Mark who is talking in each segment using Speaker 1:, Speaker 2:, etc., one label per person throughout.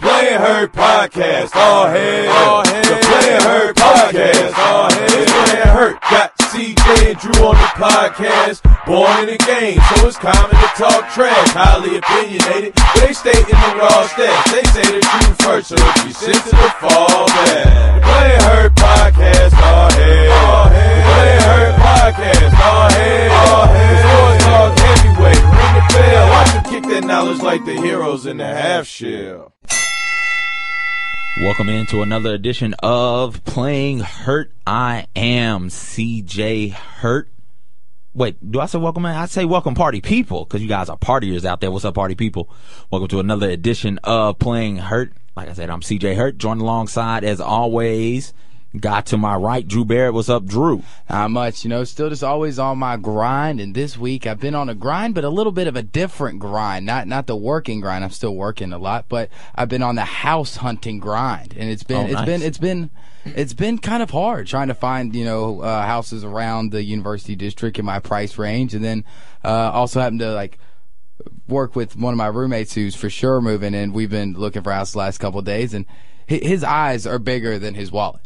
Speaker 1: Player Hurt Podcast. All head. All head. The Player Hurt Podcast. All head. It's Player Hurt. Got CJ and Drew on the podcast. Born in the game, so it's common to talk trash. Highly opinionated. They stay in the raw stats. They say the truth first, so if you sit to the fall back. The Player Hurt Podcast. All head. All head. The Player Hurt Podcast. All head. All head. The Sports Talk Heavyweight. Ring the bell. Watch them kick that knowledge like the heroes in the half shell.
Speaker 2: Welcome into another edition of Playing Hurt. I am CJ Hurt. Wait, do I say welcome in? I say welcome party people because you guys are partiers out there. What's up, party people? Welcome to another edition of Playing Hurt. Like I said, I'm CJ Hurt, joined alongside as always. Got to my right, Drew Barrett. What's up, Drew?
Speaker 3: Not uh, much, you know. Still just always on my grind, and this week I've been on a grind, but a little bit of a different grind. Not not the working grind. I'm still working a lot, but I've been on the house hunting grind, and it's been
Speaker 2: Oh,
Speaker 3: it's
Speaker 2: nice.
Speaker 3: been it's been it's been kind of hard trying to find you know uh, houses around the university district in my price range, and then uh, also having to like work with one of my roommates who's for sure moving, and we've been looking for houses the last couple of days, and hi- his eyes are bigger than his wallet.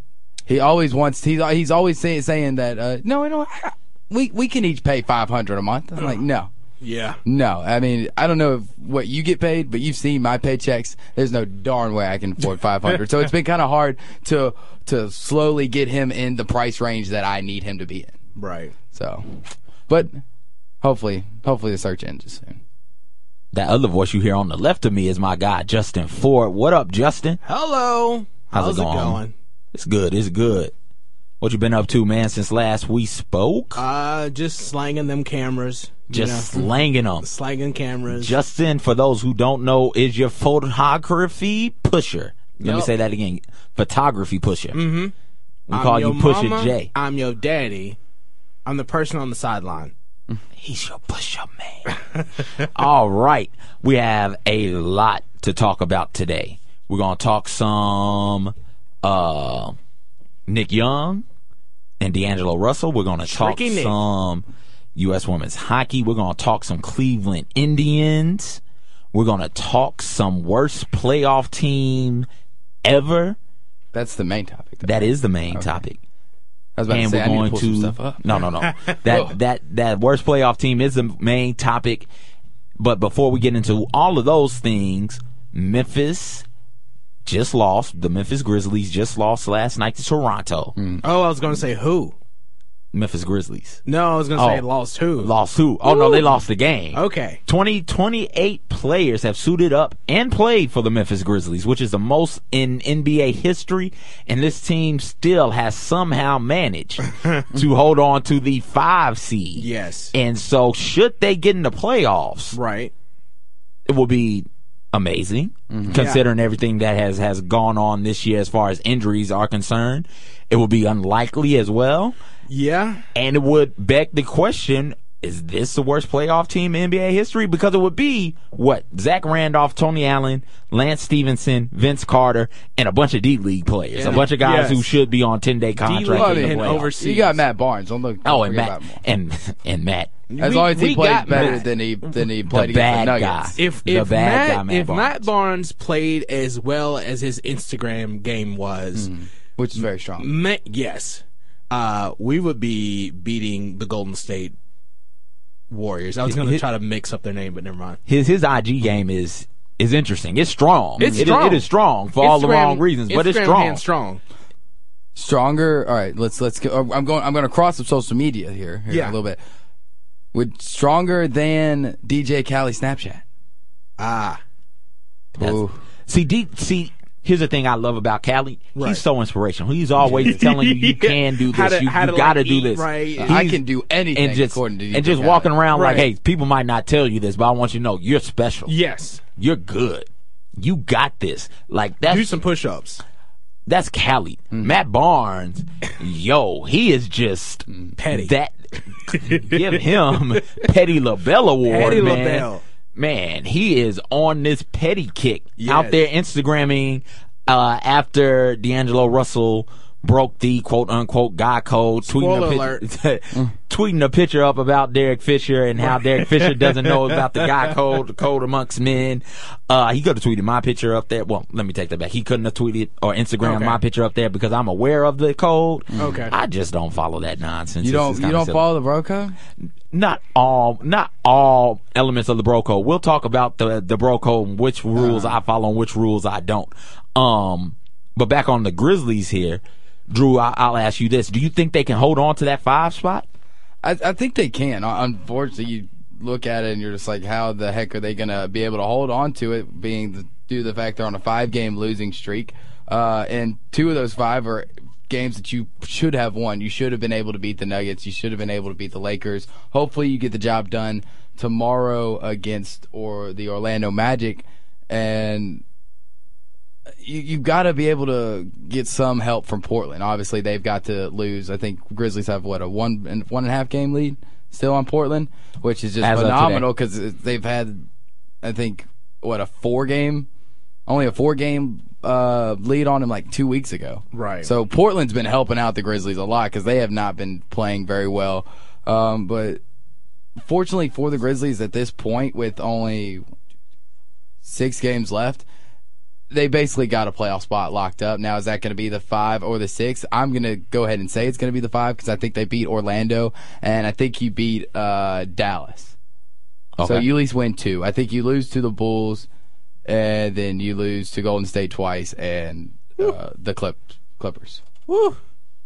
Speaker 3: He always wants. He's he's always say, saying that. Uh, no, no, I- we we can each pay five hundred a month. I'm like, no,
Speaker 4: Yeah.
Speaker 3: no. I mean, I don't know if what you get paid, but you've seen my paychecks. There's no darn way I can afford five hundred. so it's been kind of hard to to slowly get him in the price range that I need him to be in.
Speaker 4: Right.
Speaker 3: So, but hopefully, hopefully the search ends soon.
Speaker 2: That other voice you hear on the left of me is my guy, Justin Ford. What up, Justin?
Speaker 4: Hello.
Speaker 2: How's it going? It's good. It's good. What you been up to, man, since last we spoke?
Speaker 4: Uh, just slanging them cameras. you
Speaker 2: Just
Speaker 4: know,
Speaker 2: slanging them.
Speaker 4: slanging cameras.
Speaker 2: Justin, for those who don't know, is your photography pusher. Let me
Speaker 4: Yup.
Speaker 2: say that again. Photography pusher. Mm-hmm. We
Speaker 4: I'm
Speaker 2: call
Speaker 4: your
Speaker 2: you Pusher
Speaker 4: mama,
Speaker 2: J.
Speaker 4: I'm your daddy. I'm the person on the sideline.
Speaker 2: He's your pusher man. All right. We have a lot to talk about today. We're gonna talk some uh Nick Young and D'Angelo Russell. We're gonna talk
Speaker 4: Tricky Nick.
Speaker 2: some US women's hockey. We're gonna talk some Cleveland Indians. We're gonna talk some worst playoff team ever.
Speaker 3: That's the main topic. though.
Speaker 2: That is the main topic.
Speaker 3: I was about to
Speaker 2: and
Speaker 3: say
Speaker 2: we're
Speaker 3: I need to
Speaker 2: going
Speaker 3: pull
Speaker 2: to
Speaker 3: some stuff up.
Speaker 2: no no no that that that worst playoff team is the main topic but before we get into all of those things memphis just lost the memphis grizzlies just lost last night to toronto
Speaker 3: Hmm.
Speaker 4: Oh, I was gonna say who?
Speaker 2: memphis grizzlies
Speaker 4: No, I was gonna say
Speaker 2: Oh.
Speaker 4: lost who?
Speaker 2: lost who oh no they lost the game
Speaker 4: Okay.
Speaker 2: 20 28 players have suited up and played for the memphis grizzlies which is the most in nba history and this team still has somehow managed to hold on to the five seed
Speaker 4: Yes.
Speaker 2: and so, should they get in the playoffs,
Speaker 4: right.
Speaker 2: it will be amazing, considering everything that has has gone on this year as far as injuries are concerned. It will be unlikely as well,
Speaker 4: Yeah.
Speaker 2: and it would beg the question: Is this the worst playoff team in NBA history? Because it would be what Zach Randolph, Tony Allen, Lance Stevenson, Vince Carter, and a bunch of D League players, a
Speaker 4: And-
Speaker 2: bunch of guys
Speaker 4: yes.
Speaker 2: who should be on ten day contracts.
Speaker 4: Well,
Speaker 2: in the
Speaker 4: and
Speaker 2: playoffs.
Speaker 4: overseas.
Speaker 3: You got Matt Barnes. Don't look. Don't
Speaker 2: Oh, and
Speaker 3: forget
Speaker 2: Matt,
Speaker 3: Barnes.
Speaker 2: and and Matt.
Speaker 3: As
Speaker 4: We-
Speaker 3: long as he
Speaker 4: we
Speaker 3: plays
Speaker 4: got
Speaker 3: better
Speaker 4: Matt.
Speaker 3: than he than he played against
Speaker 2: bad
Speaker 3: the
Speaker 2: guy.
Speaker 3: Nuggets.
Speaker 4: If
Speaker 2: The
Speaker 4: if
Speaker 2: bad
Speaker 4: Matt,
Speaker 2: guy, Matt
Speaker 4: if
Speaker 2: Barnes.
Speaker 4: Matt Barnes played as well as his Instagram game was,
Speaker 2: Mm.
Speaker 3: which is very strong.
Speaker 4: Ma- yes, uh, we would be beating the Golden State Warriors. I was going to try to mix up their name, but never mind.
Speaker 2: his his IG game is is interesting. It's strong.
Speaker 4: It's
Speaker 2: It is-
Speaker 4: strong.
Speaker 2: it is strong for all the
Speaker 4: Instagram-
Speaker 2: wrong reasons, but it's
Speaker 4: Instagram
Speaker 2: strong.
Speaker 4: hand strong.
Speaker 3: Stronger. All right, let's let's go. I'm going. I'm going to cross up social media here, here
Speaker 4: Yeah.
Speaker 3: a little bit. With stronger than DJ Cali Snapchat.
Speaker 4: Ah,
Speaker 2: That's-
Speaker 3: Ooh.
Speaker 2: See, D, see, here's the thing I love about Cali.
Speaker 4: Right.
Speaker 2: He's so inspirational. He's always telling you you can do
Speaker 4: How
Speaker 2: this.
Speaker 4: to-
Speaker 2: you
Speaker 4: how to, like,
Speaker 2: got to do
Speaker 4: eat
Speaker 2: this. Uh,
Speaker 4: right.
Speaker 2: He's-
Speaker 3: I can do anything
Speaker 2: and just
Speaker 3: according to DJ
Speaker 2: and just
Speaker 3: Khaled.
Speaker 2: walking around like,
Speaker 4: Right.
Speaker 2: hey, people might not tell you this, but I want you to know you're special.
Speaker 4: yes.
Speaker 2: You're good. You got this. Like that's
Speaker 4: Do some push-ups.
Speaker 2: that's Cali.
Speaker 4: Mm-hmm.
Speaker 2: Matt Barnes, yo, he is just
Speaker 4: Petty.
Speaker 2: That give him Petty LaBelle award,
Speaker 4: Petty
Speaker 2: man.
Speaker 4: LaBelle.
Speaker 2: Man, he is on this petty kick
Speaker 4: Yes.
Speaker 2: out there Instagramming uh, after D'Angelo Russell broke the quote unquote guy code, tweeting a,
Speaker 4: Spoiler
Speaker 2: picture, tweeting a picture up about Derek Fisher and how Derek Fisher doesn't know about the guy code, the code amongst men. Uh, he could have tweeted my picture up there. Well, let me take that back. He couldn't have tweeted or Instagram
Speaker 4: Okay.
Speaker 2: my picture up there because I'm aware of the code.
Speaker 4: Okay.
Speaker 2: I just don't follow that nonsense.
Speaker 3: You
Speaker 2: It's
Speaker 3: don't
Speaker 2: just
Speaker 3: you
Speaker 2: kinda
Speaker 3: don't
Speaker 2: silly
Speaker 3: follow the bro code?
Speaker 2: not all not all elements of the bro code. We'll talk about the the bro code and which rules I follow and which rules I don't. Um but back on the Grizzlies here, Drew, I, I'll ask you this. Do you think they can hold on to that five spot?
Speaker 3: I, I think they can. Un- Unfortunately, you look at it and you're just like, how the heck are they going to be able to hold on to it, being the, due to the fact they're on a five game losing streak? Uh, and two of those five are games that you should have won. You should have been able to beat the Nuggets. You should have been able to beat the Lakers. Hopefully, you get the job done tomorrow against or the Orlando Magic. And you, you've got to be able to get some help from Portland. Obviously, they've got to lose. I think Grizzlies have what a one and one and a half game lead still on Portland, which is just
Speaker 2: As of today.
Speaker 3: phenomenal because they've had, I think, what a four game, only a four game uh, lead on them like two weeks ago.
Speaker 4: Right.
Speaker 3: So Portland's been helping out the Grizzlies a lot because they have not been playing very well. Um, but fortunately for the Grizzlies at this point, with only six games left, they basically got a playoff spot locked up. Now, is that going to be the five or the six? I'm going to go ahead and say it's going to be the five because I think they beat Orlando and I think you beat uh, Dallas. So you at least win two. I think you lose to the Bulls and then you lose to Golden State twice and uh, the Clip Clippers.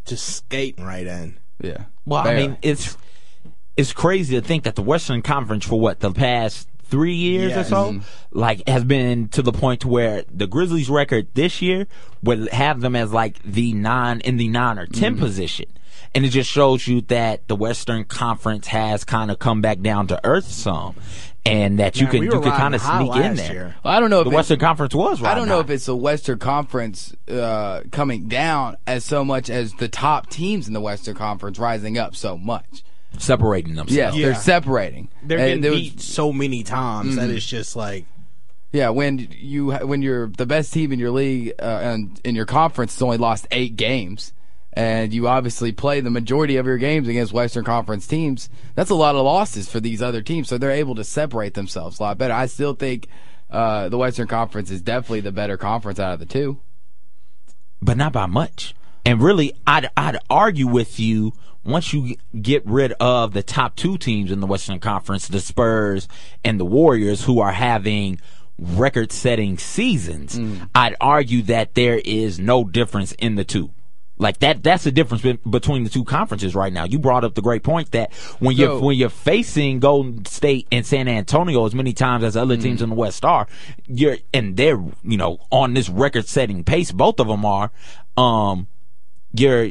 Speaker 4: Just skating right in.
Speaker 3: Yeah.
Speaker 2: Well, I
Speaker 3: Barely.
Speaker 2: mean, it's it's crazy to think that the Western Conference for what the past three years or
Speaker 4: Yes. Mm-hmm.
Speaker 2: so, like, has been to the point to where the Grizzlies' record this year would have them as like the nine in the nine or
Speaker 4: Mm-hmm.
Speaker 2: 10 position, and it just shows you that the Western Conference has kind of come back down to earth some, and that you
Speaker 4: Man,
Speaker 2: can
Speaker 4: we
Speaker 2: you
Speaker 4: were
Speaker 2: can kind
Speaker 4: riding
Speaker 2: of
Speaker 4: high
Speaker 2: sneak in
Speaker 4: last
Speaker 2: there.
Speaker 4: year.
Speaker 3: Well, I don't know if
Speaker 2: The
Speaker 3: it's-
Speaker 2: Western Conference was right.
Speaker 3: I don't know
Speaker 2: now.
Speaker 3: if it's the Western Conference uh, coming down as so much as the top teams in the Western Conference rising up so much.
Speaker 2: separating themselves.
Speaker 3: Yes, they're
Speaker 4: Yeah.
Speaker 3: separating.
Speaker 4: They're
Speaker 3: And
Speaker 4: getting
Speaker 3: there was-
Speaker 4: beat Eh, so many times that
Speaker 2: Mm-hmm.
Speaker 4: it's just like
Speaker 3: Yeah, when you when you're the best team in your league uh, and in your conference has only lost eight games, and you obviously play the majority of your games against Western Conference teams, that's a lot of losses for these other teams. So they're able to separate themselves a lot better. I still think uh, the Western Conference is definitely the better conference out of the two.
Speaker 2: but not by much. And really, I'd I'd argue with you once you g- get rid of the top two teams in the Western Conference, the Spurs and the Warriors, who are having record-setting seasons. I'd argue that there is no difference in the two. Like that, that's the difference be- between the two conferences right now. You brought up the great point that when you're
Speaker 3: So-
Speaker 2: when you're facing Golden State and San Antonio as many times as the other teams in the West are, you're and they're you know on this record-setting pace. Both of them are. Um, you're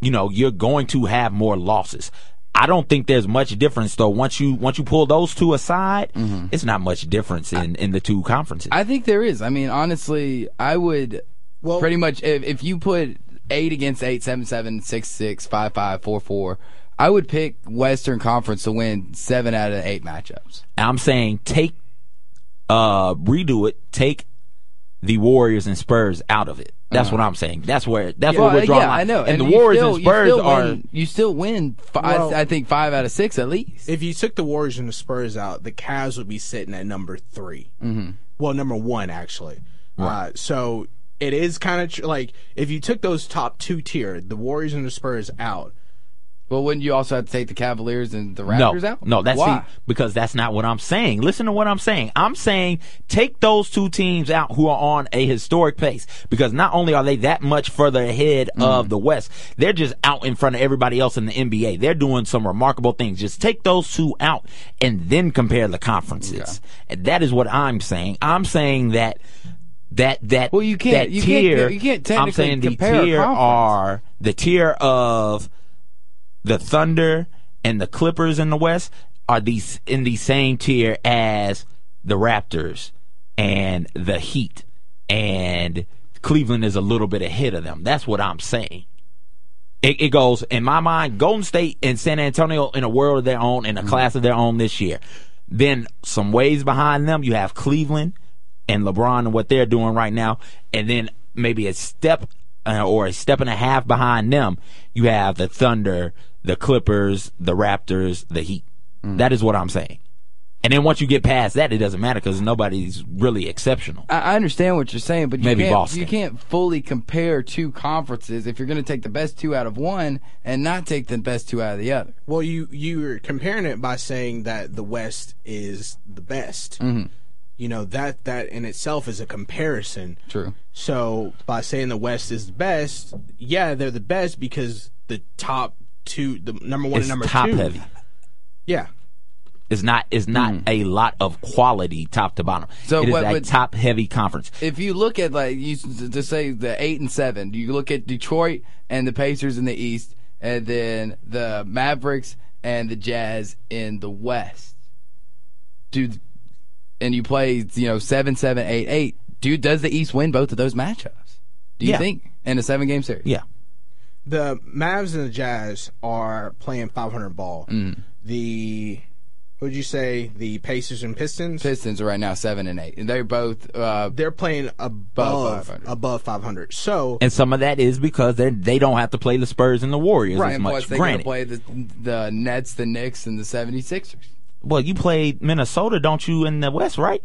Speaker 2: you know you're going to have more losses. I don't think there's much difference though. Once you once you pull those two aside, it's not much difference in in the two conferences.
Speaker 3: I think there is. I mean, honestly, I would
Speaker 4: Well-
Speaker 3: pretty much if, if you put eight against eight, seven, seven, six, six, five, five, four, four. I would pick Western Conference to win seven out of eight matchups.
Speaker 2: I'm saying take uh redo it, take the Warriors and Spurs out of it. That's what I'm saying. That's where that's where we're drawing.
Speaker 3: Uh-huh. yeah,
Speaker 2: line.
Speaker 3: I know.
Speaker 2: And, the
Speaker 3: you
Speaker 2: Warriors
Speaker 3: still-
Speaker 2: and
Speaker 3: you
Speaker 2: Spurs
Speaker 3: still
Speaker 2: are
Speaker 3: win, you still win. Five,
Speaker 4: Well-
Speaker 3: I think five out of six at least.
Speaker 4: if you took the Warriors and the Spurs out, the Cavs would be sitting at number 3 Mm-hmm. Well, number one actually. Uh, so it is kind of tr- like if you took those top two tier, the Warriors and the Spurs out.
Speaker 3: well, wouldn't you also have to take the Cavaliers and the
Speaker 2: no,
Speaker 3: Raptors out?
Speaker 2: no. That's
Speaker 3: why.
Speaker 2: see, because that's not what I'm saying. Listen to what I'm saying. I'm saying take those two teams out who are on a historic pace because not only are they that much further ahead
Speaker 3: Mm-hmm.
Speaker 2: of the West, they're just out in front of everybody else in the NBA. They're doing some remarkable things. Just take those two out and then compare the conferences. And that is what I'm saying. I'm saying that that that
Speaker 3: Well, you can't-
Speaker 2: that
Speaker 3: you can't-
Speaker 2: tier
Speaker 3: you can't
Speaker 2: I'm
Speaker 3: technically
Speaker 2: saying the
Speaker 3: compare a
Speaker 2: tier
Speaker 3: conference.
Speaker 2: are the tier of the Thunder and the Clippers in the West are these in the same tier as the Raptors and the Heat and Cleveland is a little bit ahead of them. That's what I'm saying. It, it goes in my mind. Golden State and San Antonio in a world of their own, in a
Speaker 3: Mm-hmm.
Speaker 2: class of their own this year. Then some ways behind them, you have Cleveland and LeBron and what they're doing right now, and then maybe a step uh, or a step and a half behind them, you have the Thunder, the Clippers, the Raptors, the Heat.
Speaker 3: Mm.
Speaker 2: That is what I'm saying. And then once you get past that, it doesn't matter because nobody's really exceptional.
Speaker 3: I I understand what you're saying, but you
Speaker 2: Maybe
Speaker 3: can't,
Speaker 2: Boston.
Speaker 3: you can't fully compare two conferences if you're going to take the best two out of one and not take the best two out of the other.
Speaker 4: Well, you you're comparing it by saying that the West is the best.
Speaker 2: Mm-hmm.
Speaker 4: You know that that in itself is a comparison.
Speaker 3: True.
Speaker 4: So by saying the West is the best, yeah, they're the best because the top two, the number one
Speaker 2: It's
Speaker 4: and number
Speaker 2: top
Speaker 4: two,
Speaker 2: heavy.
Speaker 4: yeah,
Speaker 2: It's not. It's not a lot of quality top to bottom.
Speaker 3: Mm. So
Speaker 2: it is
Speaker 3: what
Speaker 2: a
Speaker 3: would-
Speaker 2: top heavy conference.
Speaker 3: If you look at like you s- to say the eight and seven, you look at Detroit and the Pacers in the East, and then the Mavericks and the Jazz in the West. Dude, and you play you know seven, seven, eight, eight. Dude, does the East win both of those matchups? Do you
Speaker 2: Yeah.
Speaker 3: think in a seven game series?
Speaker 2: Yeah.
Speaker 4: the Mavs and the Jazz are playing 500 ball.
Speaker 2: Mm.
Speaker 4: The what would you say? The Pacers and Pistons.
Speaker 3: Pistons are right now seven and eight, and they're both uh,
Speaker 4: They're playing above
Speaker 3: 500.
Speaker 4: above 500. So
Speaker 2: And some of that is because they they don't have to play the Spurs and the Warriors
Speaker 3: right.
Speaker 2: as
Speaker 3: And
Speaker 2: much.
Speaker 3: plus, they're
Speaker 2: Granted,
Speaker 3: going to play the the Nets, the Knicks, and the 76ers.
Speaker 2: well, you played Minnesota, don't you, in the West, right?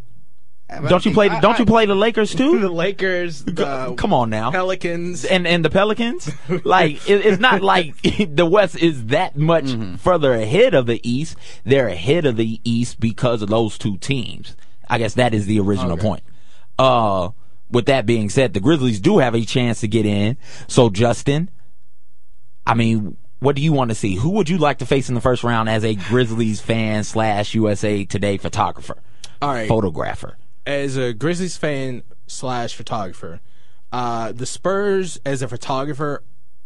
Speaker 3: But
Speaker 2: Don't you play?
Speaker 3: I-
Speaker 2: Don't you
Speaker 3: I-
Speaker 2: play the Lakers
Speaker 4: the
Speaker 2: too?
Speaker 4: Lakers, the
Speaker 2: Come on now.
Speaker 4: Pelicans.
Speaker 2: and and the Pelicans. Like it, it's not like the West is that much
Speaker 4: Mm-hmm.
Speaker 2: further ahead of the East. They're ahead of the East because of those two teams. I guess that is the original point. Uh, with that being said, the Grizzlies do have a chance to get in. So Justin, I mean. What do you want to see? Who would you like to face in the first round as a Grizzlies fan slash USA Today photographer,
Speaker 4: All right.
Speaker 2: photographer?
Speaker 4: as a Grizzlies fan slash photographer, uh, the Spurs as a photographer,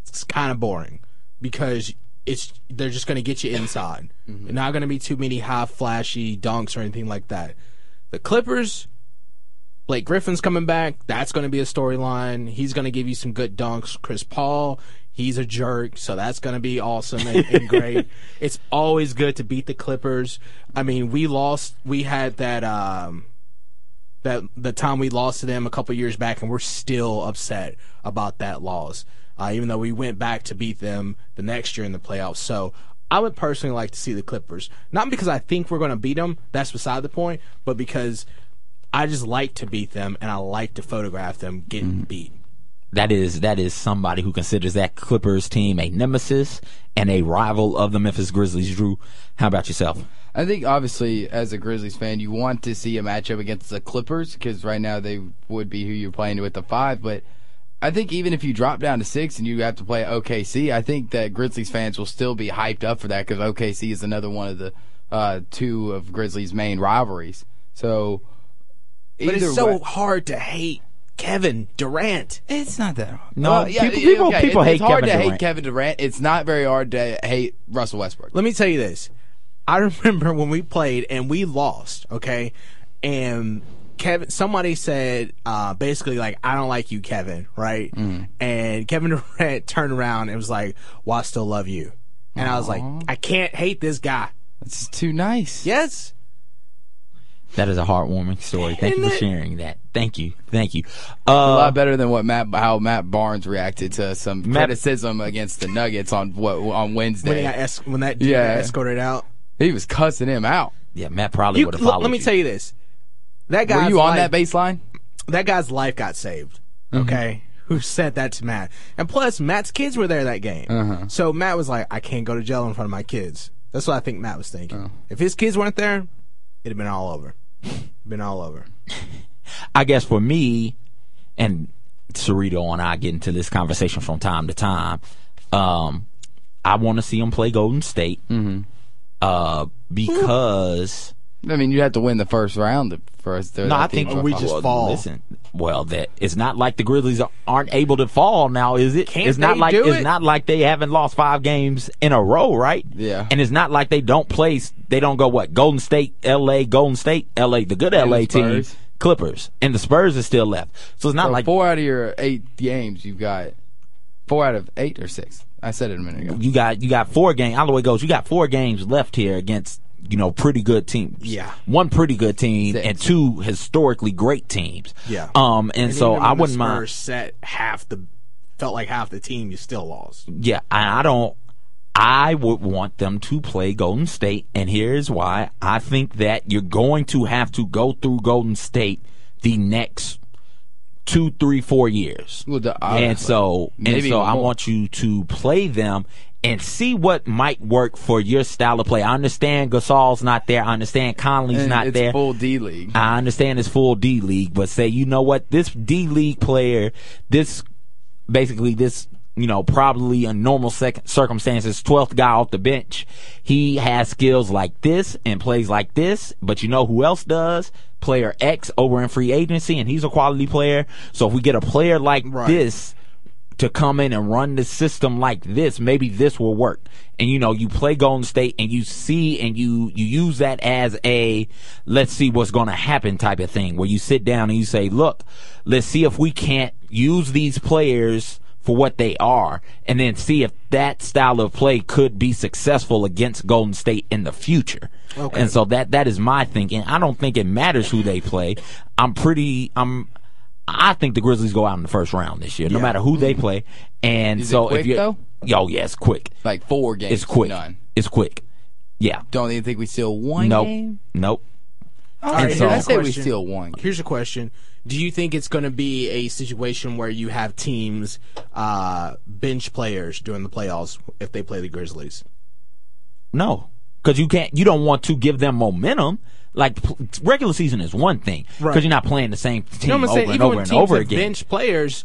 Speaker 4: it's kind of boring because it's they're just going to get you inside. They're Not going to be too many high flashy dunks or anything like that. The Clippers, Blake Griffin's coming back. That's going to be a storyline. He's going to give you some good dunks. Chris Paul, he's a jerk, so that's going to be awesome and, and great. It's always good to beat the Clippers. I mean, we lost. We had that. Um, that the time we lost to them a couple years back, and we're still upset about that loss. Uh, even though we went back to beat them the next year in the playoffs, so I would personally like to see the Clippers. Not because I think we're going to beat them; that's beside the point. But because I just like to beat them, and I like to photograph them getting
Speaker 3: Mm-hmm.
Speaker 4: beat.
Speaker 2: That is that is somebody who considers that Clippers team a nemesis and a rival of the Memphis Grizzlies. Drew, how about yourself?
Speaker 3: I think obviously as a Grizzlies fan, you want to see a matchup against the Clippers because right now they would be who you're playing with the five. But I think even if you drop down to six and you have to play OKC, I think that Grizzlies fans will still be hyped up for that because OKC is another one of the uh, two of Grizzlies' main rivalries. So,
Speaker 4: But
Speaker 3: either
Speaker 4: it's so
Speaker 3: way-
Speaker 4: hard to hate Kevin Durant.
Speaker 3: It's not that hard.
Speaker 2: No,
Speaker 3: Well, yeah,
Speaker 2: people-
Speaker 3: yeah,
Speaker 2: people-
Speaker 3: okay,
Speaker 2: people
Speaker 3: it's-
Speaker 2: hate
Speaker 3: It's hard
Speaker 2: Kevin
Speaker 3: to hate
Speaker 2: Durant.
Speaker 3: Kevin Durant. It's not very hard to hate Russell Westbrook.
Speaker 4: Let me tell you this. I remember when we played and we lost, okay? And Kevin somebody said uh basically like I don't like you, Kevin, right?
Speaker 3: Mm.
Speaker 4: And Kevin Durant turned around and was like, Well, I still love you. And I was like, I can't hate this guy.
Speaker 3: It's too nice.
Speaker 4: Yes.
Speaker 2: That is a heartwarming story. Thank you for
Speaker 4: Isn't it?
Speaker 2: sharing that. Thank you. Thank you.
Speaker 3: a
Speaker 2: Uh,
Speaker 3: lot better than what Matt how Matt Barnes reacted to some
Speaker 2: Matt-
Speaker 3: criticism against the Nuggets on what on
Speaker 4: When he
Speaker 3: Wednesday.
Speaker 4: got esc- when that dude got
Speaker 3: Yeah.
Speaker 4: escorted out.
Speaker 3: he was cussing him out.
Speaker 2: yeah, Matt probably
Speaker 4: You,
Speaker 2: would have
Speaker 4: look,
Speaker 2: followed.
Speaker 4: let me tell you this. That guy
Speaker 3: Were you on that baseline?
Speaker 4: that guy's life got saved. Okay. Who said that to Matt? And plus, Matt's kids were there that game. So Matt was like, I can't go to jail in front of my kids. That's what I think Matt was thinking. If his kids weren't there, it'd have been all over. been all over.
Speaker 2: I guess for me, and Cerrito and I get into this conversation from time to time. Um, I want to see him play Golden State. Uh, because.
Speaker 3: I mean, you had to win the first round to- for us. To,
Speaker 2: No, I think
Speaker 4: we just
Speaker 2: well,
Speaker 4: fall.
Speaker 2: Listen, well, that it's not like the Grizzlies aren't able to fall now, is it?
Speaker 4: Can't
Speaker 2: it's not
Speaker 4: they
Speaker 2: like
Speaker 4: do
Speaker 2: it's
Speaker 4: it?
Speaker 2: not like they haven't lost five games in a row, right?
Speaker 3: Yeah.
Speaker 2: And it's not like they don't place. They don't go what Golden State, L.A., Golden State, L.A. The good L.A. team,
Speaker 3: Spurs.
Speaker 2: Clippers, and the Spurs are still left. So it's not
Speaker 3: So
Speaker 2: like
Speaker 3: four out of your eight games, you've got four out of eight or six. I said it a minute ago.
Speaker 2: you got you got four games. All the way goes. You got four games left here against you know pretty good teams.
Speaker 4: Yeah.
Speaker 2: one pretty good team
Speaker 3: Six.
Speaker 2: and two historically great teams.
Speaker 4: Yeah.
Speaker 2: Um, and, so
Speaker 4: even
Speaker 2: I
Speaker 4: when the
Speaker 2: wouldn't
Speaker 4: Spurs
Speaker 2: mind.
Speaker 4: set half the felt like half the team, you still lost.
Speaker 2: Yeah, I I don't. I would want them to play Golden State, and here's why. I think that you're going to have to go through Golden State the next two, three, four years.
Speaker 3: Well, the- uh,
Speaker 2: and so, and
Speaker 3: maybe
Speaker 2: so I
Speaker 3: more.
Speaker 2: want you to play them and see what might work for your style of play. I understand Gasol's not there. I understand Conley's
Speaker 3: And
Speaker 2: not
Speaker 3: it's
Speaker 2: there.
Speaker 3: full D league.
Speaker 2: I understand it's full D league, but say you know what this D league player, this basically this you know probably in normal sec- circumstances 12th guy off the bench he has skills like this and plays like this but you know who else does player x over in free agency and he's a quality player so if we get a player like
Speaker 4: Right.
Speaker 2: this to come in and run the system like this, maybe this will work. And you know, you play Golden State and you see and you you use that as a let's see what's going to happen type of thing where you sit down and you say, "Look, let's see if we can't use these players for what they are and then see if that style of play could be successful against Golden State in the future."
Speaker 4: Okay.
Speaker 2: And so that that is my thinking. I don't think it matters who they play. I'm pretty I'm I think the Grizzlies go out in the first round this year, no
Speaker 4: Yeah. Mm-hmm.
Speaker 2: matter who they play. And
Speaker 3: Is it
Speaker 2: so if
Speaker 3: quick,
Speaker 2: you
Speaker 3: though?
Speaker 2: yo, yeah, it's quick.
Speaker 3: like four games.
Speaker 2: It's quick.
Speaker 3: None.
Speaker 2: It's quick. Yeah.
Speaker 3: Don't even think we steal one
Speaker 2: Nope.
Speaker 3: game.
Speaker 2: Nope.
Speaker 4: All
Speaker 2: right, so-
Speaker 3: I say we
Speaker 4: question.
Speaker 3: steal one.
Speaker 4: Here's a question: Do you think it's going to be a situation where you have teams uh, bench players during the playoffs if they play the Grizzlies?
Speaker 2: No, because you can't. You don't want to give them momentum. Like p- regular season is one thing because
Speaker 4: Right.
Speaker 2: you're not playing the same team
Speaker 4: You know what I'm
Speaker 2: over
Speaker 4: saying?
Speaker 2: and
Speaker 4: Even
Speaker 2: over
Speaker 4: when
Speaker 2: and
Speaker 4: teams
Speaker 2: over
Speaker 4: have
Speaker 2: again.
Speaker 4: bench players,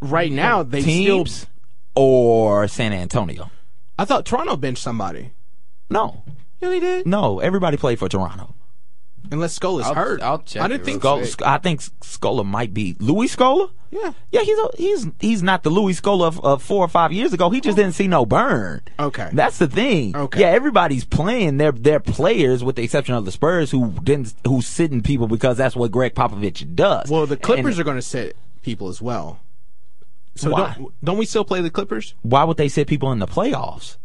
Speaker 4: right now they
Speaker 2: teams
Speaker 4: still.
Speaker 2: or San Antonio.
Speaker 4: I thought Toronto benched somebody.
Speaker 2: No,
Speaker 4: Yeah, they did.
Speaker 2: no. Everybody played for Toronto.
Speaker 4: Unless Skull is
Speaker 3: I'll-
Speaker 4: hurt.
Speaker 3: I'll check
Speaker 4: I didn't
Speaker 3: it
Speaker 4: think.
Speaker 2: Scola,
Speaker 3: Sick.
Speaker 2: Sc- I think Scola might be Louis Scola.
Speaker 4: Yeah.
Speaker 2: yeah. He's a, he's he's not the Louis Scola of, of four or five years ago. He just didn't see no burn.
Speaker 4: Okay.
Speaker 2: that's the thing.
Speaker 4: Okay.
Speaker 2: yeah. Everybody's playing their their players with the exception of the Spurs, who didn't who's sitting people because that's what Greg Popovich does.
Speaker 4: Well, the
Speaker 2: And-
Speaker 4: Clippers are going to sit people as well. So
Speaker 2: Why?
Speaker 4: don't don't we still play the Clippers?
Speaker 2: why would they sit people in the playoffs?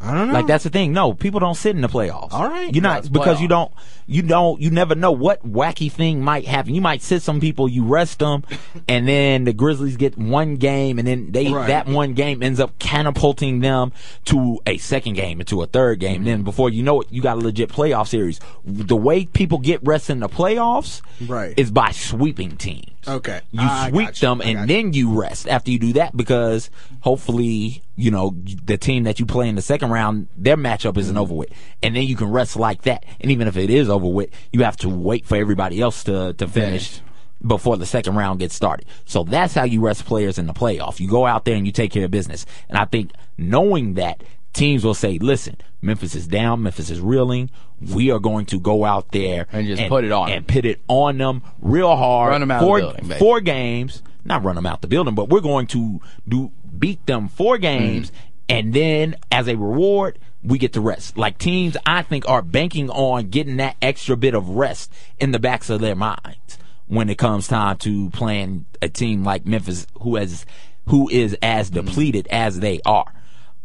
Speaker 4: I don't know.
Speaker 2: Like that's the thing. No, people don't sit in the playoffs.
Speaker 4: All right.
Speaker 2: you're not
Speaker 3: That's
Speaker 2: because
Speaker 3: playoff.
Speaker 2: you don't, you don't, you never know what wacky thing might happen. You might sit some people, you rest them, and then the Grizzlies get one game, and then they
Speaker 4: Right.
Speaker 2: that one game ends up catapulting them to a second game, into a third game. Then before you know it, you got a legit playoff series. The way people get rest in the playoffs,
Speaker 4: Right.
Speaker 2: is by sweeping teams.
Speaker 4: Okay.
Speaker 2: You
Speaker 4: I
Speaker 2: sweep
Speaker 4: got you.
Speaker 2: them
Speaker 4: I
Speaker 2: and
Speaker 4: got
Speaker 2: then you rest after you do that because hopefully, you know, the team that you play in the second round, their matchup isn't over with. And then you can rest like that. And even if it is over with, you have to wait for everybody else to, to finish
Speaker 3: Finish.
Speaker 2: before the second round gets started. So that's how you rest players in the playoff. You go out there and you take care of business. And I think knowing that, teams will say, listen, Memphis is down, Memphis is reeling. We are going to go out there
Speaker 3: And just put it on 'em.
Speaker 2: and put it on them real hard.
Speaker 3: Run 'em out of the
Speaker 2: four,
Speaker 3: building, baby.
Speaker 2: four games, not run them out the building, but we're going to do beat them four games,
Speaker 3: Mm-hmm.
Speaker 2: and then as a reward, we get the rest. Like teams, I think are banking on getting that extra bit of rest in the backs of their minds when it comes time to playing a team like Memphis, who has who is as
Speaker 3: Mm-hmm.
Speaker 2: depleted as they are.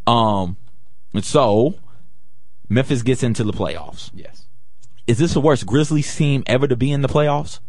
Speaker 2: Um, and so Memphis gets into the playoffs.
Speaker 3: Yes.
Speaker 2: Is this the worst Grizzlies team ever to be in the playoffs?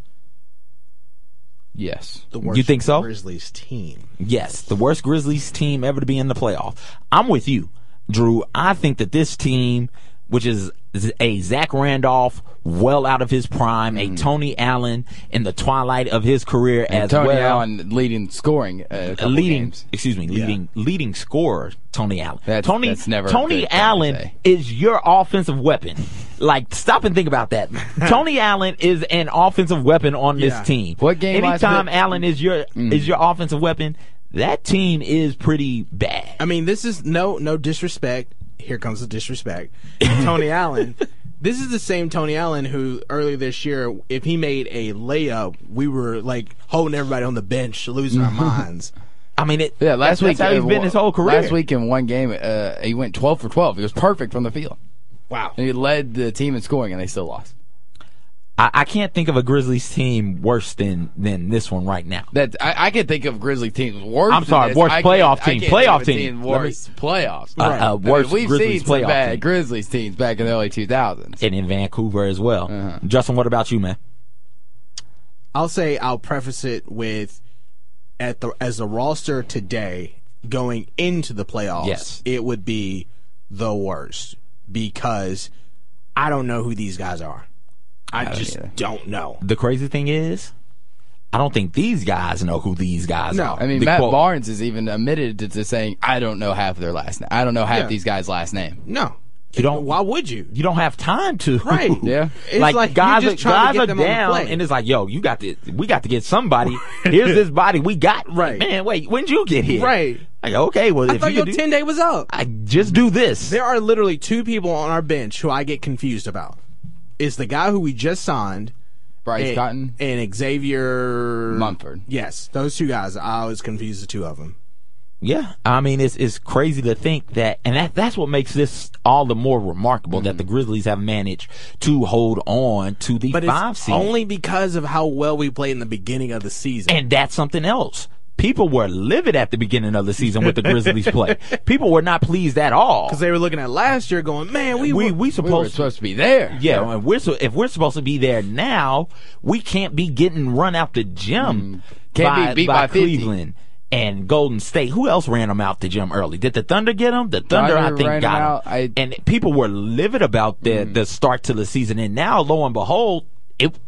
Speaker 3: Yes.
Speaker 4: the
Speaker 2: you think so?
Speaker 4: Grizzlies team.
Speaker 2: Yes, the worst Grizzlies team ever to be in the playoff. I'm with you, Drew. I think that this team, which is a Zach Randolph well out of his prime,
Speaker 3: Mm.
Speaker 2: a Tony Allen in the twilight of his career as
Speaker 3: Tony
Speaker 2: well,
Speaker 3: Allen leading scoring. Uh, a
Speaker 2: a
Speaker 3: couple
Speaker 2: leading,
Speaker 3: games.
Speaker 2: excuse me, leading leading scorer Tony Allen.
Speaker 3: That's-
Speaker 2: Tony
Speaker 3: that's never a good
Speaker 2: Tony
Speaker 3: thing to
Speaker 2: Allen
Speaker 3: say.
Speaker 2: is your offensive weapon. like stop and think about that. Tony Allen is an offensive weapon on
Speaker 4: Yeah.
Speaker 2: this team.
Speaker 3: What game last
Speaker 2: Anytime
Speaker 3: week-
Speaker 2: Allen is your
Speaker 3: Mm.
Speaker 2: is your offensive weapon, that team is pretty bad.
Speaker 4: I mean, this is no no disrespect. Here comes the disrespect. Tony Allen. This is the same Tony Allen who earlier this year, if he made a layup, we were like holding everybody on the bench, losing our minds.
Speaker 2: I mean, it,
Speaker 3: Yeah, last
Speaker 2: that's,
Speaker 3: week
Speaker 2: that's how he's
Speaker 3: uh,
Speaker 2: been his whole career.
Speaker 3: Last week in one game, uh, he went twelve for twelve. He was perfect from the field.
Speaker 4: Wow.
Speaker 3: And he led the team in scoring, and they still lost.
Speaker 2: I, I can't think of a Grizzlies team worse than than this one right now.
Speaker 3: That I, I can think of Grizzly teams worse.
Speaker 2: I'm
Speaker 3: than
Speaker 2: sorry,
Speaker 3: this.
Speaker 2: worst
Speaker 3: I can't-
Speaker 2: playoff
Speaker 3: I
Speaker 2: team.
Speaker 3: can't think
Speaker 2: Playoff
Speaker 3: of a
Speaker 2: team.
Speaker 3: team
Speaker 2: Let me-
Speaker 3: worse playoffs.
Speaker 2: Uh, uh,
Speaker 3: I mean,
Speaker 2: worst
Speaker 3: we've
Speaker 2: Grizzlies
Speaker 3: seen some
Speaker 2: playoff
Speaker 3: bad
Speaker 2: team.
Speaker 3: Grizzlies teams back in the early 2000s.
Speaker 2: And in Vancouver as well.
Speaker 3: Uh-huh.
Speaker 2: Justin, what about you, man?
Speaker 4: I'll say I'll preface it with at the as the roster today going into the playoffs,
Speaker 2: Yes.
Speaker 4: it would be the worst because I don't know who these guys are. I, just
Speaker 3: either.
Speaker 4: don't know.
Speaker 2: The crazy thing is, I don't think these guys know who these guys
Speaker 4: No.
Speaker 2: are.
Speaker 3: I mean,
Speaker 2: The
Speaker 3: Matt
Speaker 2: quote-
Speaker 3: Barnes is even admitted to, to saying, "I don't know half of their last name. I don't know half
Speaker 4: Yeah.
Speaker 3: these guys' last name."
Speaker 4: No,
Speaker 2: You don't-
Speaker 4: Why would you?
Speaker 2: you don't have time to.
Speaker 4: Right.
Speaker 3: Yeah.
Speaker 4: It's
Speaker 2: like,
Speaker 4: like you're
Speaker 2: guys,
Speaker 4: just
Speaker 2: are,
Speaker 4: trying to
Speaker 2: guys
Speaker 4: get
Speaker 2: are
Speaker 4: them on the
Speaker 2: down,
Speaker 4: plane.
Speaker 2: and it's like, yo, you got to, we got to get somebody. Here's this body we got.
Speaker 4: Right.
Speaker 2: man. Wait, when'd you get here?
Speaker 4: Right.
Speaker 2: Like, okay, well,
Speaker 4: I
Speaker 2: if
Speaker 4: thought
Speaker 2: you
Speaker 4: your
Speaker 2: could do,
Speaker 4: ten day was up.
Speaker 2: I just do this.
Speaker 4: There are literally two people on our bench who I get confused about. Is the guy who we just signed
Speaker 3: Bryce
Speaker 4: and,
Speaker 3: Cotton,
Speaker 4: and Xavier
Speaker 3: Mumford.
Speaker 4: Yes, those two guys. I was confused the two of them.
Speaker 2: Yeah, I mean it's it's crazy to think that, and that that's what makes this all the more remarkable that the Grizzlies have managed to hold on to the
Speaker 4: Mm-hmm. But
Speaker 2: five
Speaker 4: it's
Speaker 2: seed,
Speaker 4: only because of how well we played in the beginning of the season.
Speaker 2: and that's something else. People were livid at the beginning of the season with the Grizzlies play. People were not pleased at all.
Speaker 4: because they were looking at last year, going, "Man, we,
Speaker 2: We
Speaker 4: were,
Speaker 2: we
Speaker 3: We were
Speaker 2: supposed to
Speaker 3: supposed to be there.
Speaker 2: yeah, and we're so, if we're supposed to be there now, we can't be getting run out the gym
Speaker 3: Mm, Can't
Speaker 2: by,
Speaker 3: be beat by 50.
Speaker 2: Cleveland and Golden State. Who else ran them out the gym early? Did the Thunder get them? The Thunder,
Speaker 3: Thunder
Speaker 2: I think,
Speaker 3: ran 'em
Speaker 2: got 'em.
Speaker 3: out. I- Mm.
Speaker 2: and people were livid about the the start to the season. And now, lo and behold, it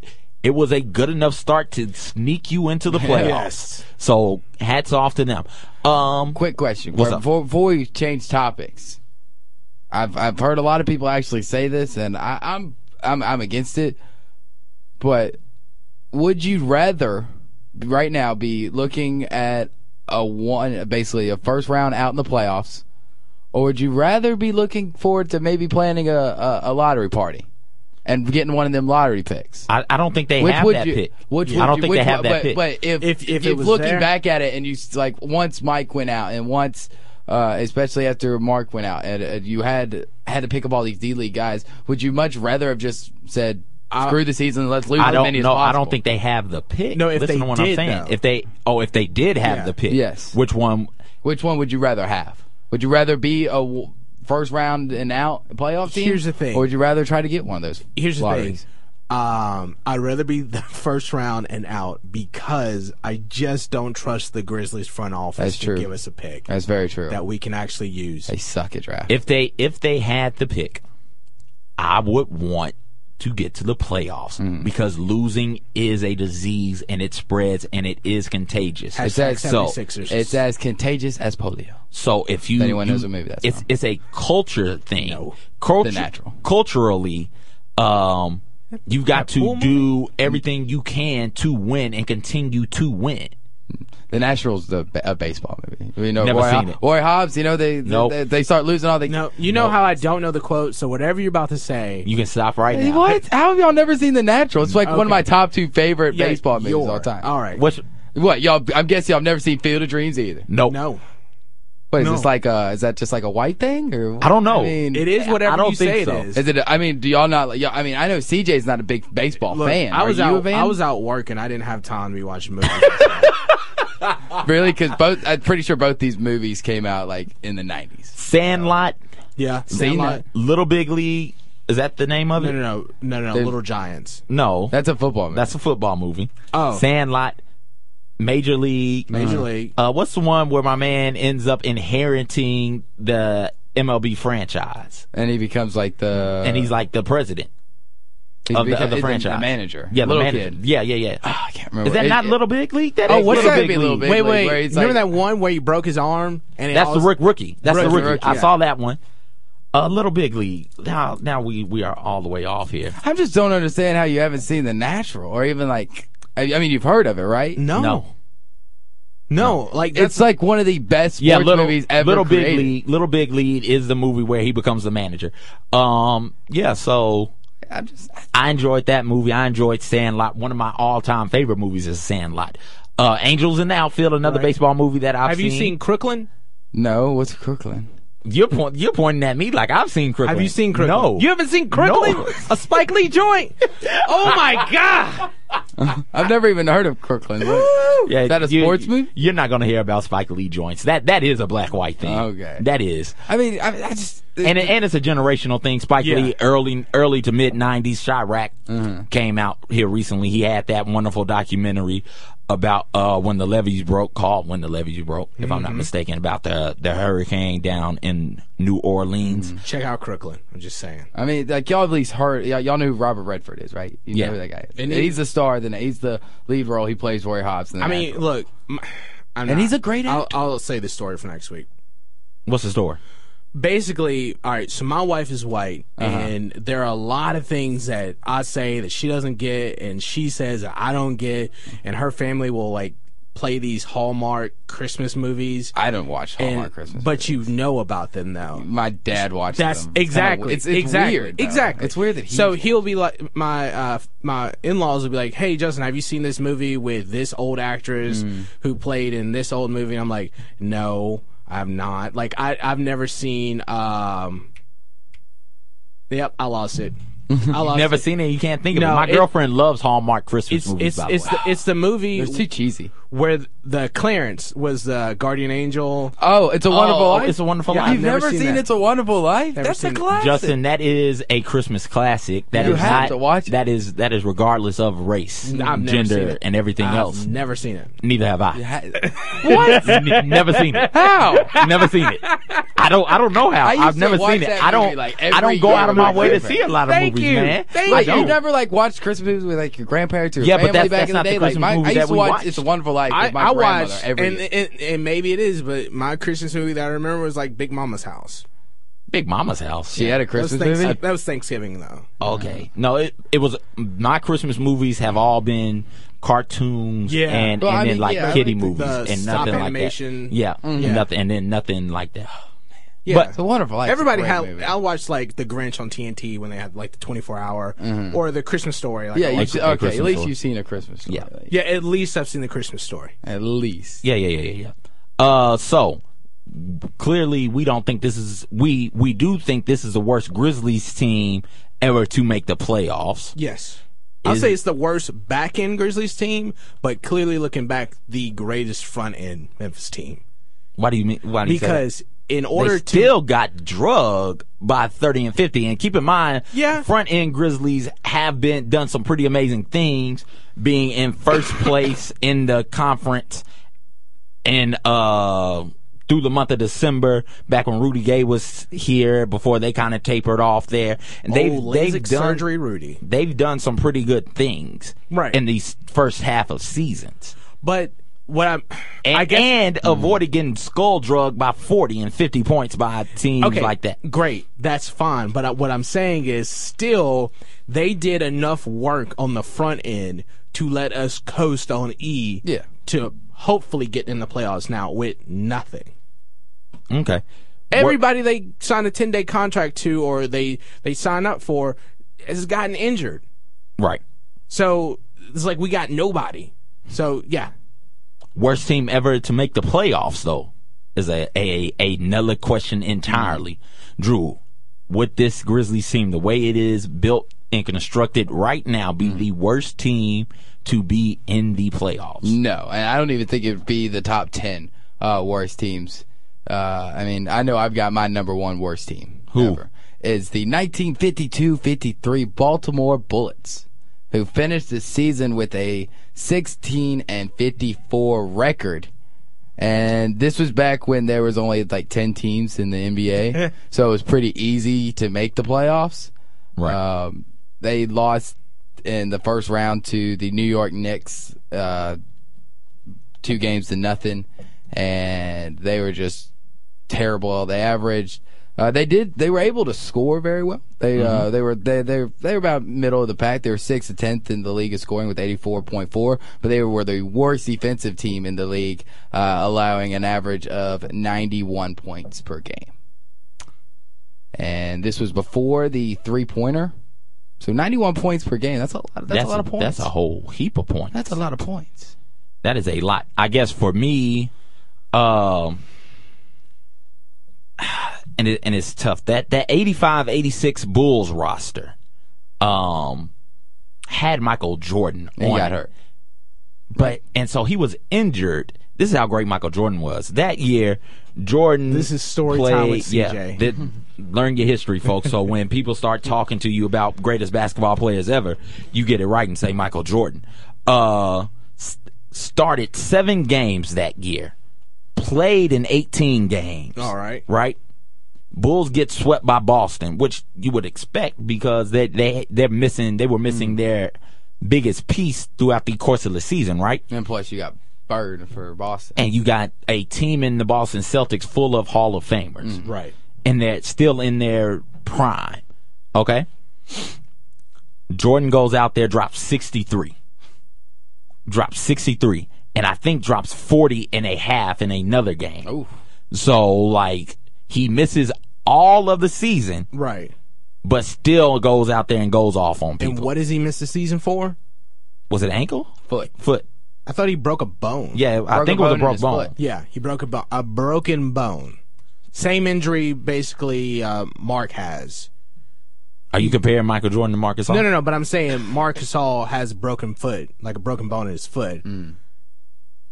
Speaker 2: it was a good enough start to sneak you into the playoffs.
Speaker 4: Yes.
Speaker 2: So hats off to them. Um,
Speaker 3: Quick question.
Speaker 2: What's up?
Speaker 3: before, before we change topics, I've I've heard a lot of people actually say this, and I, I'm I'm I'm against it. But would you rather right now be looking at a one basically a first round out in the playoffs, or would you rather be looking forward to maybe planning a, a, a lottery party and getting one of them lottery picks?
Speaker 2: I, I don't think they have that pick.
Speaker 3: Which
Speaker 2: I
Speaker 3: would
Speaker 2: don't
Speaker 3: you-
Speaker 2: think
Speaker 3: which
Speaker 2: they have that
Speaker 3: one- but,
Speaker 2: pick.
Speaker 3: But if
Speaker 4: If-
Speaker 3: if,
Speaker 4: if it was
Speaker 3: looking
Speaker 4: there-
Speaker 3: back at it and you s- like once Mike went out and once uh, especially after Mark went out and uh, you had had to pick up all these D League guys, would you much rather have just said screw the season, let's lose
Speaker 2: I
Speaker 3: as
Speaker 2: don't
Speaker 3: many as
Speaker 2: know. I
Speaker 3: possible?
Speaker 2: don't think they have the pick.
Speaker 4: No, if
Speaker 2: Listen
Speaker 4: they
Speaker 2: to what I'm
Speaker 4: did,
Speaker 2: saying.
Speaker 4: though.
Speaker 2: If they, oh, if they did have
Speaker 4: Yeah.
Speaker 2: the pick,
Speaker 3: Yes.
Speaker 2: Which one?
Speaker 3: Which one would you rather have? Would you rather be a w- first round and out playoff team?
Speaker 4: Here's the thing.
Speaker 3: Or would you rather try to get one of those?
Speaker 4: Here's the
Speaker 3: lotteries?
Speaker 4: thing. Um, I'd rather be the first round and out because I just don't trust the Grizzlies front office
Speaker 3: That's
Speaker 4: to
Speaker 3: true.
Speaker 4: give us a pick
Speaker 3: That's very true.
Speaker 4: that we can actually use.
Speaker 3: they suck at draft.
Speaker 2: If they, if they had the pick, I would want to get to the playoffs
Speaker 3: Mm.
Speaker 2: because losing is a disease and it spreads and it is contagious.
Speaker 4: Hashtag
Speaker 3: says
Speaker 2: so.
Speaker 4: 76ers.
Speaker 3: it's as contagious as polio.
Speaker 2: So if you
Speaker 3: anyone
Speaker 2: you-
Speaker 3: knows what movie that's
Speaker 2: it's
Speaker 3: from.
Speaker 2: it's a culture thing. Cultu-
Speaker 3: The Natural.
Speaker 2: Culturally, um, you've got to
Speaker 4: pool
Speaker 2: do everything you can to win and continue to win.
Speaker 3: The National's the ba- a baseball movie. You know,
Speaker 2: Never
Speaker 3: Roy,
Speaker 2: seen it.
Speaker 3: Roy Hobbs. You know, they they-
Speaker 2: Nope.
Speaker 3: they, they start losing all the.
Speaker 4: no, you know how I don't know the quote, so whatever you're about to say,
Speaker 2: You can stop right now.
Speaker 3: What? How have y'all never seen The Natural? It's like one of
Speaker 4: Okay.
Speaker 3: my top two favorite
Speaker 4: Yeah,
Speaker 3: baseball movies of
Speaker 4: you're-
Speaker 3: all time.
Speaker 4: All right.
Speaker 2: What's
Speaker 3: What y'all? I'm guessing y'all have never seen Field of Dreams either.
Speaker 2: no?
Speaker 4: No,
Speaker 3: What is
Speaker 4: No.
Speaker 3: this like? Uh, is that just like a white thing or? what?
Speaker 2: I don't know.
Speaker 3: I mean,
Speaker 4: it is whatever
Speaker 2: I don't
Speaker 4: you
Speaker 2: think
Speaker 4: say
Speaker 2: so.
Speaker 4: it is.
Speaker 3: Is it? I mean, do y'all not? Y'all, I mean, I know CJ's not a big baseball
Speaker 4: Look,
Speaker 3: fan.
Speaker 4: I was
Speaker 3: Are you
Speaker 4: out.
Speaker 3: a fan?
Speaker 4: I was out working. I didn't have time to be watching movies.
Speaker 3: really because both. I'm pretty sure both these movies came out like in the 90s.
Speaker 2: Sandlot,
Speaker 4: yeah,
Speaker 3: Seen
Speaker 4: Sandlot.
Speaker 3: it.
Speaker 2: Little Big League. Is that the name of
Speaker 4: No,
Speaker 2: it?
Speaker 4: no, no, no, no.
Speaker 3: There's-
Speaker 4: Little Giants.
Speaker 2: No,
Speaker 3: That's a football movie.
Speaker 2: that's a football movie.
Speaker 4: Oh.
Speaker 2: Sandlot, Major League,
Speaker 3: Uh-huh.
Speaker 4: Major League.
Speaker 2: Uh, what's the one where my man ends up inheriting the MLB franchise
Speaker 3: and he becomes like the
Speaker 2: and he's like the president?
Speaker 3: he's
Speaker 2: of the,
Speaker 3: beca-
Speaker 2: of the
Speaker 3: he's
Speaker 2: franchise.
Speaker 3: manager.
Speaker 2: Yeah, the
Speaker 3: little
Speaker 2: manager.
Speaker 3: kid.
Speaker 2: Yeah, yeah, yeah.
Speaker 3: Ah, I can't remember.
Speaker 2: Is that
Speaker 3: It-
Speaker 2: not
Speaker 3: it-
Speaker 2: Little Big League? That
Speaker 3: Oh,
Speaker 2: is
Speaker 3: what's
Speaker 2: Little
Speaker 3: that
Speaker 2: Big
Speaker 3: be, Little
Speaker 2: League.
Speaker 3: Big
Speaker 4: Wait,
Speaker 3: League,
Speaker 4: wait.
Speaker 3: where he's
Speaker 4: Remember
Speaker 3: like-
Speaker 4: that one where he broke his arm? And it
Speaker 2: That's
Speaker 4: all-
Speaker 2: the rook- rookie. That's
Speaker 4: Rookie,
Speaker 2: the rookie.
Speaker 3: rookie,
Speaker 2: I
Speaker 3: yeah.
Speaker 2: saw that one. Uh, Little Big League. Now, now we we are all the way off here.
Speaker 3: I just don't understand how you haven't seen The Natural or even like. I, I mean, you've heard of it, right?
Speaker 4: No,
Speaker 2: No.
Speaker 4: no, Like that's
Speaker 3: It's like one of the best sports
Speaker 2: Yeah, little
Speaker 3: movies ever
Speaker 2: little big
Speaker 3: created.
Speaker 2: league. Little big league is the movie where he becomes the manager. Um, yeah. So
Speaker 3: I'm just,
Speaker 2: I enjoyed that movie. I enjoyed Sandlot. One of my all-time favorite movies is Sandlot. Uh, Angels in the Outfield, another baseball movie that I've
Speaker 4: Have you seen Crooklyn?
Speaker 3: no, what's Crooklyn?
Speaker 2: You're point, you're pointing at me like I've seen Crooklyn.
Speaker 4: Have you seen Crooklyn?
Speaker 2: No.
Speaker 4: You haven't seen Crooklyn? A Spike Lee joint. Oh my god.
Speaker 3: I've never even heard of Crooklyn. What-
Speaker 2: Yeah,
Speaker 3: Is that a
Speaker 2: you-
Speaker 3: sports movie?
Speaker 2: You're not gonna hear about Spike Lee joints. That that is a black white thing.
Speaker 3: Okay.
Speaker 2: that is,
Speaker 3: I mean, I, I just
Speaker 2: and it, and it's a generational thing. Spike
Speaker 4: Yeah. Mm-hmm.
Speaker 2: Lee early early to mid '90s. Chirac came out here recently. He had that wonderful documentary. about uh, when the levees broke, called when the levees broke, if I'm not
Speaker 4: Mm-hmm.
Speaker 2: mistaken, about the the hurricane down in New Orleans.
Speaker 4: Check out Crooklyn. I'm just saying.
Speaker 3: I mean, like y'all at least heard y'all, y'all know who Robert Redford is, right? You
Speaker 2: Yeah.
Speaker 3: know who that guy is.
Speaker 4: And he-
Speaker 3: he's the star. Then he's the lead role. He plays Roy Hobbs. in the
Speaker 4: I mean,
Speaker 3: Mad-
Speaker 4: look, m- I'm
Speaker 3: And
Speaker 4: not-
Speaker 3: he's a great
Speaker 4: I'll, I'll say the story for next week. Mm-hmm.
Speaker 2: What's the story?
Speaker 4: Basically, all right. So my wife is white, and there are a lot of things that I say that she doesn't get, and she says that I don't get, and her family will like play these Hallmark Christmas movies.
Speaker 3: I don't watch
Speaker 4: and-
Speaker 3: Hallmark Christmas,
Speaker 4: but you know about them though.
Speaker 3: my dad watched.
Speaker 4: That's
Speaker 3: them. It's kinda
Speaker 4: exactly.
Speaker 3: we- It's, it's
Speaker 4: exactly.
Speaker 3: weird. though.
Speaker 4: Exactly.
Speaker 3: It's weird that he.
Speaker 4: So he'll be like my uh my in-laws will be like, "Hey Justin, have you seen this movie with this old actress
Speaker 3: Mm.
Speaker 4: who played in this old movie?" And I'm like, "No, I've not. Like I I've never seen um Yep, I lost it. I lost
Speaker 2: Never
Speaker 4: it.
Speaker 2: seen it. You can't think of
Speaker 4: No,
Speaker 2: it. My
Speaker 4: it-
Speaker 2: girlfriend loves Hallmark Christmas
Speaker 4: It's
Speaker 2: movies.
Speaker 4: it's
Speaker 2: by the
Speaker 4: it's
Speaker 2: way.
Speaker 4: the, it's the movie
Speaker 3: it's too cheesy.
Speaker 4: where the Clarence was the guardian angel.
Speaker 3: Oh, it's a wonderful.
Speaker 2: Oh,
Speaker 3: life?
Speaker 2: It's a Wonderful
Speaker 4: Yeah,
Speaker 2: Life.
Speaker 3: You've
Speaker 4: I've never
Speaker 3: never
Speaker 4: seen
Speaker 3: seen,
Speaker 4: that.
Speaker 3: It's a Wonderful Life?
Speaker 4: Never
Speaker 3: That's a
Speaker 4: seen it.
Speaker 3: classic.
Speaker 2: Justin, that is a Christmas classic. That is
Speaker 3: You have
Speaker 2: not,
Speaker 3: to watch it.
Speaker 2: That is that is regardless of race,
Speaker 4: I've never seen
Speaker 2: gender,
Speaker 4: it.
Speaker 2: and everything
Speaker 4: I've
Speaker 2: else.
Speaker 4: never seen it.
Speaker 2: Neither have I.
Speaker 3: Ha- what?
Speaker 2: N- never seen it.
Speaker 3: How?
Speaker 2: Never seen it. I don't. I don't know how.
Speaker 3: I used
Speaker 2: I've
Speaker 3: to
Speaker 2: never
Speaker 3: watch
Speaker 2: seen it.
Speaker 3: that
Speaker 2: I don't.
Speaker 3: movie, like,
Speaker 2: I
Speaker 3: every
Speaker 2: don't go
Speaker 3: year
Speaker 2: out of
Speaker 3: with
Speaker 2: my
Speaker 3: my
Speaker 2: way to
Speaker 3: girlfriend.
Speaker 2: see a lot of
Speaker 4: Thank
Speaker 2: movies,
Speaker 4: you.
Speaker 2: man.
Speaker 4: Thank
Speaker 2: I
Speaker 3: Like you
Speaker 2: don't.
Speaker 3: never like watched Christmas movies with like your grandparents or your
Speaker 2: Yeah, but
Speaker 3: family
Speaker 2: that's-
Speaker 3: back
Speaker 2: that's
Speaker 3: in the
Speaker 2: not the
Speaker 3: day. like
Speaker 2: Christmas
Speaker 3: my,
Speaker 2: movie
Speaker 3: I
Speaker 2: that
Speaker 3: used to
Speaker 2: we
Speaker 3: watch
Speaker 2: watched.
Speaker 3: It's a Wonderful Life with my
Speaker 4: I
Speaker 3: grandmother
Speaker 4: watched,
Speaker 3: every
Speaker 4: and,
Speaker 3: year.
Speaker 4: and and maybe it is, but my Christmas movie that I remember was like Big Mama's House.
Speaker 2: Big Mama's house.
Speaker 3: She had
Speaker 4: That
Speaker 3: a
Speaker 4: was,
Speaker 3: Christmas
Speaker 4: Thanks-
Speaker 3: movie.
Speaker 4: that was Thanksgiving though.
Speaker 2: Okay. No, it it was my Christmas movies have all been cartoons
Speaker 4: Yeah.
Speaker 2: and,
Speaker 3: Well,
Speaker 2: and
Speaker 3: I
Speaker 2: then
Speaker 3: mean,
Speaker 2: like
Speaker 3: yeah,
Speaker 2: kiddie
Speaker 4: like the-
Speaker 2: movies
Speaker 4: the
Speaker 2: and
Speaker 4: stop
Speaker 2: nothing
Speaker 4: animation.
Speaker 2: like that. Yeah,
Speaker 3: Mm-hmm.
Speaker 2: and
Speaker 4: Yeah.
Speaker 2: nothing and then nothing like that.
Speaker 4: Yeah.
Speaker 2: But-
Speaker 3: It's a Wonderful Life. is a
Speaker 4: Everybody
Speaker 3: great
Speaker 4: had.
Speaker 3: movie.
Speaker 4: I watched like The Grinch on TNT when they had like the 24 hour or the Christmas Story. Like,
Speaker 3: Mm-hmm. Yeah,
Speaker 4: I
Speaker 3: you
Speaker 4: watched-
Speaker 3: should,
Speaker 2: a
Speaker 3: okay.
Speaker 2: Christmas
Speaker 3: At least
Speaker 2: story.
Speaker 3: you've seen a Christmas story.
Speaker 2: Yeah.
Speaker 3: like,
Speaker 4: yeah. At least I've seen the Christmas Story.
Speaker 3: At least.
Speaker 2: Yeah, yeah, yeah, yeah, yeah. Uh, so clearly we don't think this is we we do think this is the worst Grizzlies team ever to make the playoffs.
Speaker 4: Yes. I'll
Speaker 2: Is-
Speaker 4: say it's the worst back end Grizzlies team, but clearly looking back, the greatest front end Memphis team
Speaker 2: Why do you mean? Why do you say that?
Speaker 4: because in
Speaker 2: they
Speaker 4: order to
Speaker 2: still got drugged by 30 and 50. And keep in mind,
Speaker 4: Yeah.
Speaker 2: front end Grizzlies have been done some pretty amazing things, being in first place in the conference and uh through the month of December, back when Rudy Gay was here, before they kind of tapered off there, and they've
Speaker 4: oh,
Speaker 2: they've
Speaker 4: LASIK
Speaker 2: done
Speaker 4: surgery, Rudy.
Speaker 2: they've done some pretty good things
Speaker 4: Right.
Speaker 2: in these first half of seasons
Speaker 4: But what I'm,
Speaker 2: and,
Speaker 4: I guess
Speaker 2: and
Speaker 3: Hmm.
Speaker 2: avoided getting skull drugged by 40 and 50 points by teams like that.
Speaker 4: Great, that's fine. But I, what I'm saying is, still, they did enough work on the front end to let us coast on E.
Speaker 3: Yeah.
Speaker 4: To hopefully get in the playoffs now with nothing.
Speaker 2: Okay.
Speaker 4: Everybody they signed a 10 day contract to or they they sign up for has gotten injured.
Speaker 2: Right.
Speaker 4: So it's like we got nobody. So yeah,
Speaker 2: Worst team ever to make the playoffs, though, is a, a, another question entirely. Drew, would this Grizzlies team, the way it is built and constructed right now, be
Speaker 3: Hmm.
Speaker 2: the worst team to be in the playoffs?
Speaker 3: No, and I don't even think it'd be the top ten uh, worst teams. Uh, I mean, I know I've got my number one worst team. Who ever, is the 1952-53 Baltimore Bullets, who finished the season with a 16 and 54 record. And this was back when there was only like 10 teams in the NBA, so it was pretty easy to make the playoffs. Um, they lost in the first round to the New York Knicks, uh, two games to nothing, and they were just terrible. They averaged. Uh, they did. They were able to score very well. They uh, they were they they they were about middle of the pack. They were sixth to tenth in the league in scoring with eighty four point four. But they were the worst defensive team in the league, uh, allowing an average of ninety one points per game. And this was before the three pointer, so ninety one points per game. That's a lot. That's, a lot of points.
Speaker 2: That's a whole heap of points.
Speaker 3: That's a lot of points.
Speaker 2: That is a lot. I guess for me, um, and it, and it's tough. That that 85 86 Bulls roster um had Michael Jordan
Speaker 3: He
Speaker 2: on
Speaker 3: got
Speaker 2: it.
Speaker 3: hurt.
Speaker 2: But and so he was injured. This is how great Michael Jordan was. That year, Jordan
Speaker 4: This is story
Speaker 2: played,
Speaker 4: time with
Speaker 2: Yeah,
Speaker 4: CJ.
Speaker 2: that, learn your history, folks. So when people start talking to you about greatest basketball players ever, you get it right and say Michael Jordan. Uh, s- started seven games that year, played in 18 games.
Speaker 4: All right.
Speaker 2: Right? Bulls get swept by Boston, which you would expect because they they they're missing they were missing
Speaker 4: Mm.
Speaker 2: their biggest piece throughout the course of the season, right?
Speaker 3: And plus, you got Bird for Boston.
Speaker 2: And you got a team in the Boston Celtics full of Hall of Famers
Speaker 3: Mm-hmm.
Speaker 4: Right.
Speaker 2: and they're still in their prime. Okay? Jordan goes out there, drops 63. Drops 63. And I think drops 40 and a half in another game.
Speaker 3: Ooh.
Speaker 2: So, like, he misses all of the season,
Speaker 4: Right.
Speaker 2: but still goes out there and goes off on
Speaker 4: And
Speaker 2: people.
Speaker 4: what does he miss the season for?
Speaker 2: was it ankle?
Speaker 3: Foot.
Speaker 2: Foot.
Speaker 4: I thought he broke a bone.
Speaker 2: Yeah, I
Speaker 3: Broke
Speaker 2: think
Speaker 3: a
Speaker 2: it was a
Speaker 3: bone in
Speaker 2: broke
Speaker 3: his
Speaker 2: bone.
Speaker 3: foot.
Speaker 4: Yeah, he broke a bone, a broken bone. Same injury, basically. Uh, Mark has.
Speaker 2: Are you comparing Michael Jordan to Marcus?
Speaker 4: No,
Speaker 2: Hall?
Speaker 4: no, no. But I'm saying Mark Gasol has a broken foot, like a broken bone in his foot.
Speaker 2: Mm.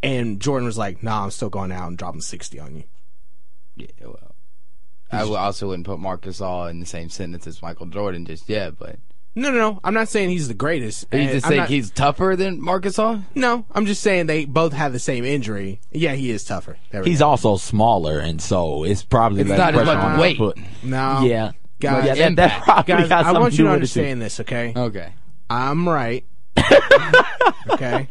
Speaker 4: And Jordan was like, "Nah, I'm still going out and dropping sixty on you."
Speaker 3: Yeah, well, I w- also wouldn't put Marcus All in the same sentence as Michael Jordan just yet, but
Speaker 4: No, no, no. I'm not saying he's the greatest.
Speaker 3: you
Speaker 4: And
Speaker 3: just
Speaker 4: I'm
Speaker 3: think
Speaker 4: not-
Speaker 3: he's tougher than Marcus All?
Speaker 4: No, I'm just saying they both have the same injury. Yeah, he is tougher. There we
Speaker 2: He's also smaller, and so it's probably
Speaker 3: It's
Speaker 2: less
Speaker 3: not as
Speaker 2: pressure
Speaker 3: much
Speaker 2: on his
Speaker 3: weight.
Speaker 2: foot.
Speaker 4: go. No.
Speaker 2: Yeah.
Speaker 4: Um, Guys,
Speaker 2: yeah, that, that probably
Speaker 4: Guys,
Speaker 2: got
Speaker 4: I
Speaker 2: something
Speaker 4: want
Speaker 2: do
Speaker 4: you to
Speaker 2: with it, too.
Speaker 4: understand this, okay?
Speaker 3: Okay.
Speaker 4: I'm right. okay.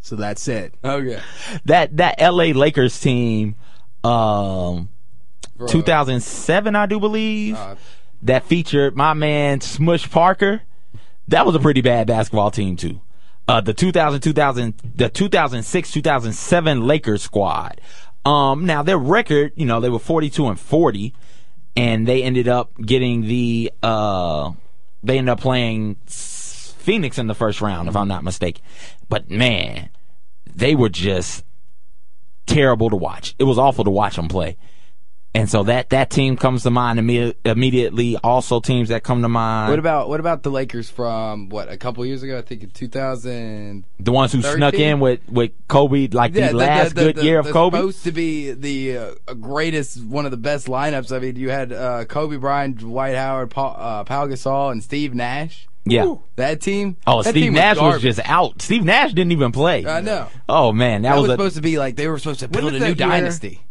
Speaker 4: So that's it.
Speaker 3: Okay.
Speaker 2: that that L.A. Lakers team, um, 2007, I do believe,
Speaker 3: Uh,
Speaker 2: that featured my man Smush Parker. That was a pretty bad basketball team too. Uh, the 2000, 2000, the 2006, 2007 Lakers squad. Um, now their record, you know, they were 42 and 40, and they ended up getting the uh, they ended up playing Phoenix in the first round, if I'm not mistaken. But man, they were just terrible to watch. It was awful to watch them play. And so that that team comes to mind imme- immediately. Also, teams that come to mind,
Speaker 3: What about what about the Lakers from what a couple years ago? I think in 2000.
Speaker 2: the ones who
Speaker 3: 13?
Speaker 2: snuck in with with Kobe, like the, last good year of
Speaker 3: the-
Speaker 2: Kobe.
Speaker 3: Supposed to be the uh, greatest, one of the best lineups. I mean, you had uh, Kobe Bryant, Dwight Howard, Paul, uh, Pau Gasol, and Steve Nash.
Speaker 2: yeah.
Speaker 3: That team.
Speaker 2: Oh,
Speaker 3: that
Speaker 2: Steve
Speaker 3: team
Speaker 2: Nash was,
Speaker 3: garbage.
Speaker 2: just out. Steve Nash didn't even play.
Speaker 3: I know.
Speaker 2: Oh man, that,
Speaker 3: That was,
Speaker 2: was, a
Speaker 3: supposed to be like they were supposed to build a
Speaker 4: was
Speaker 3: new
Speaker 4: that year?
Speaker 3: dynasty.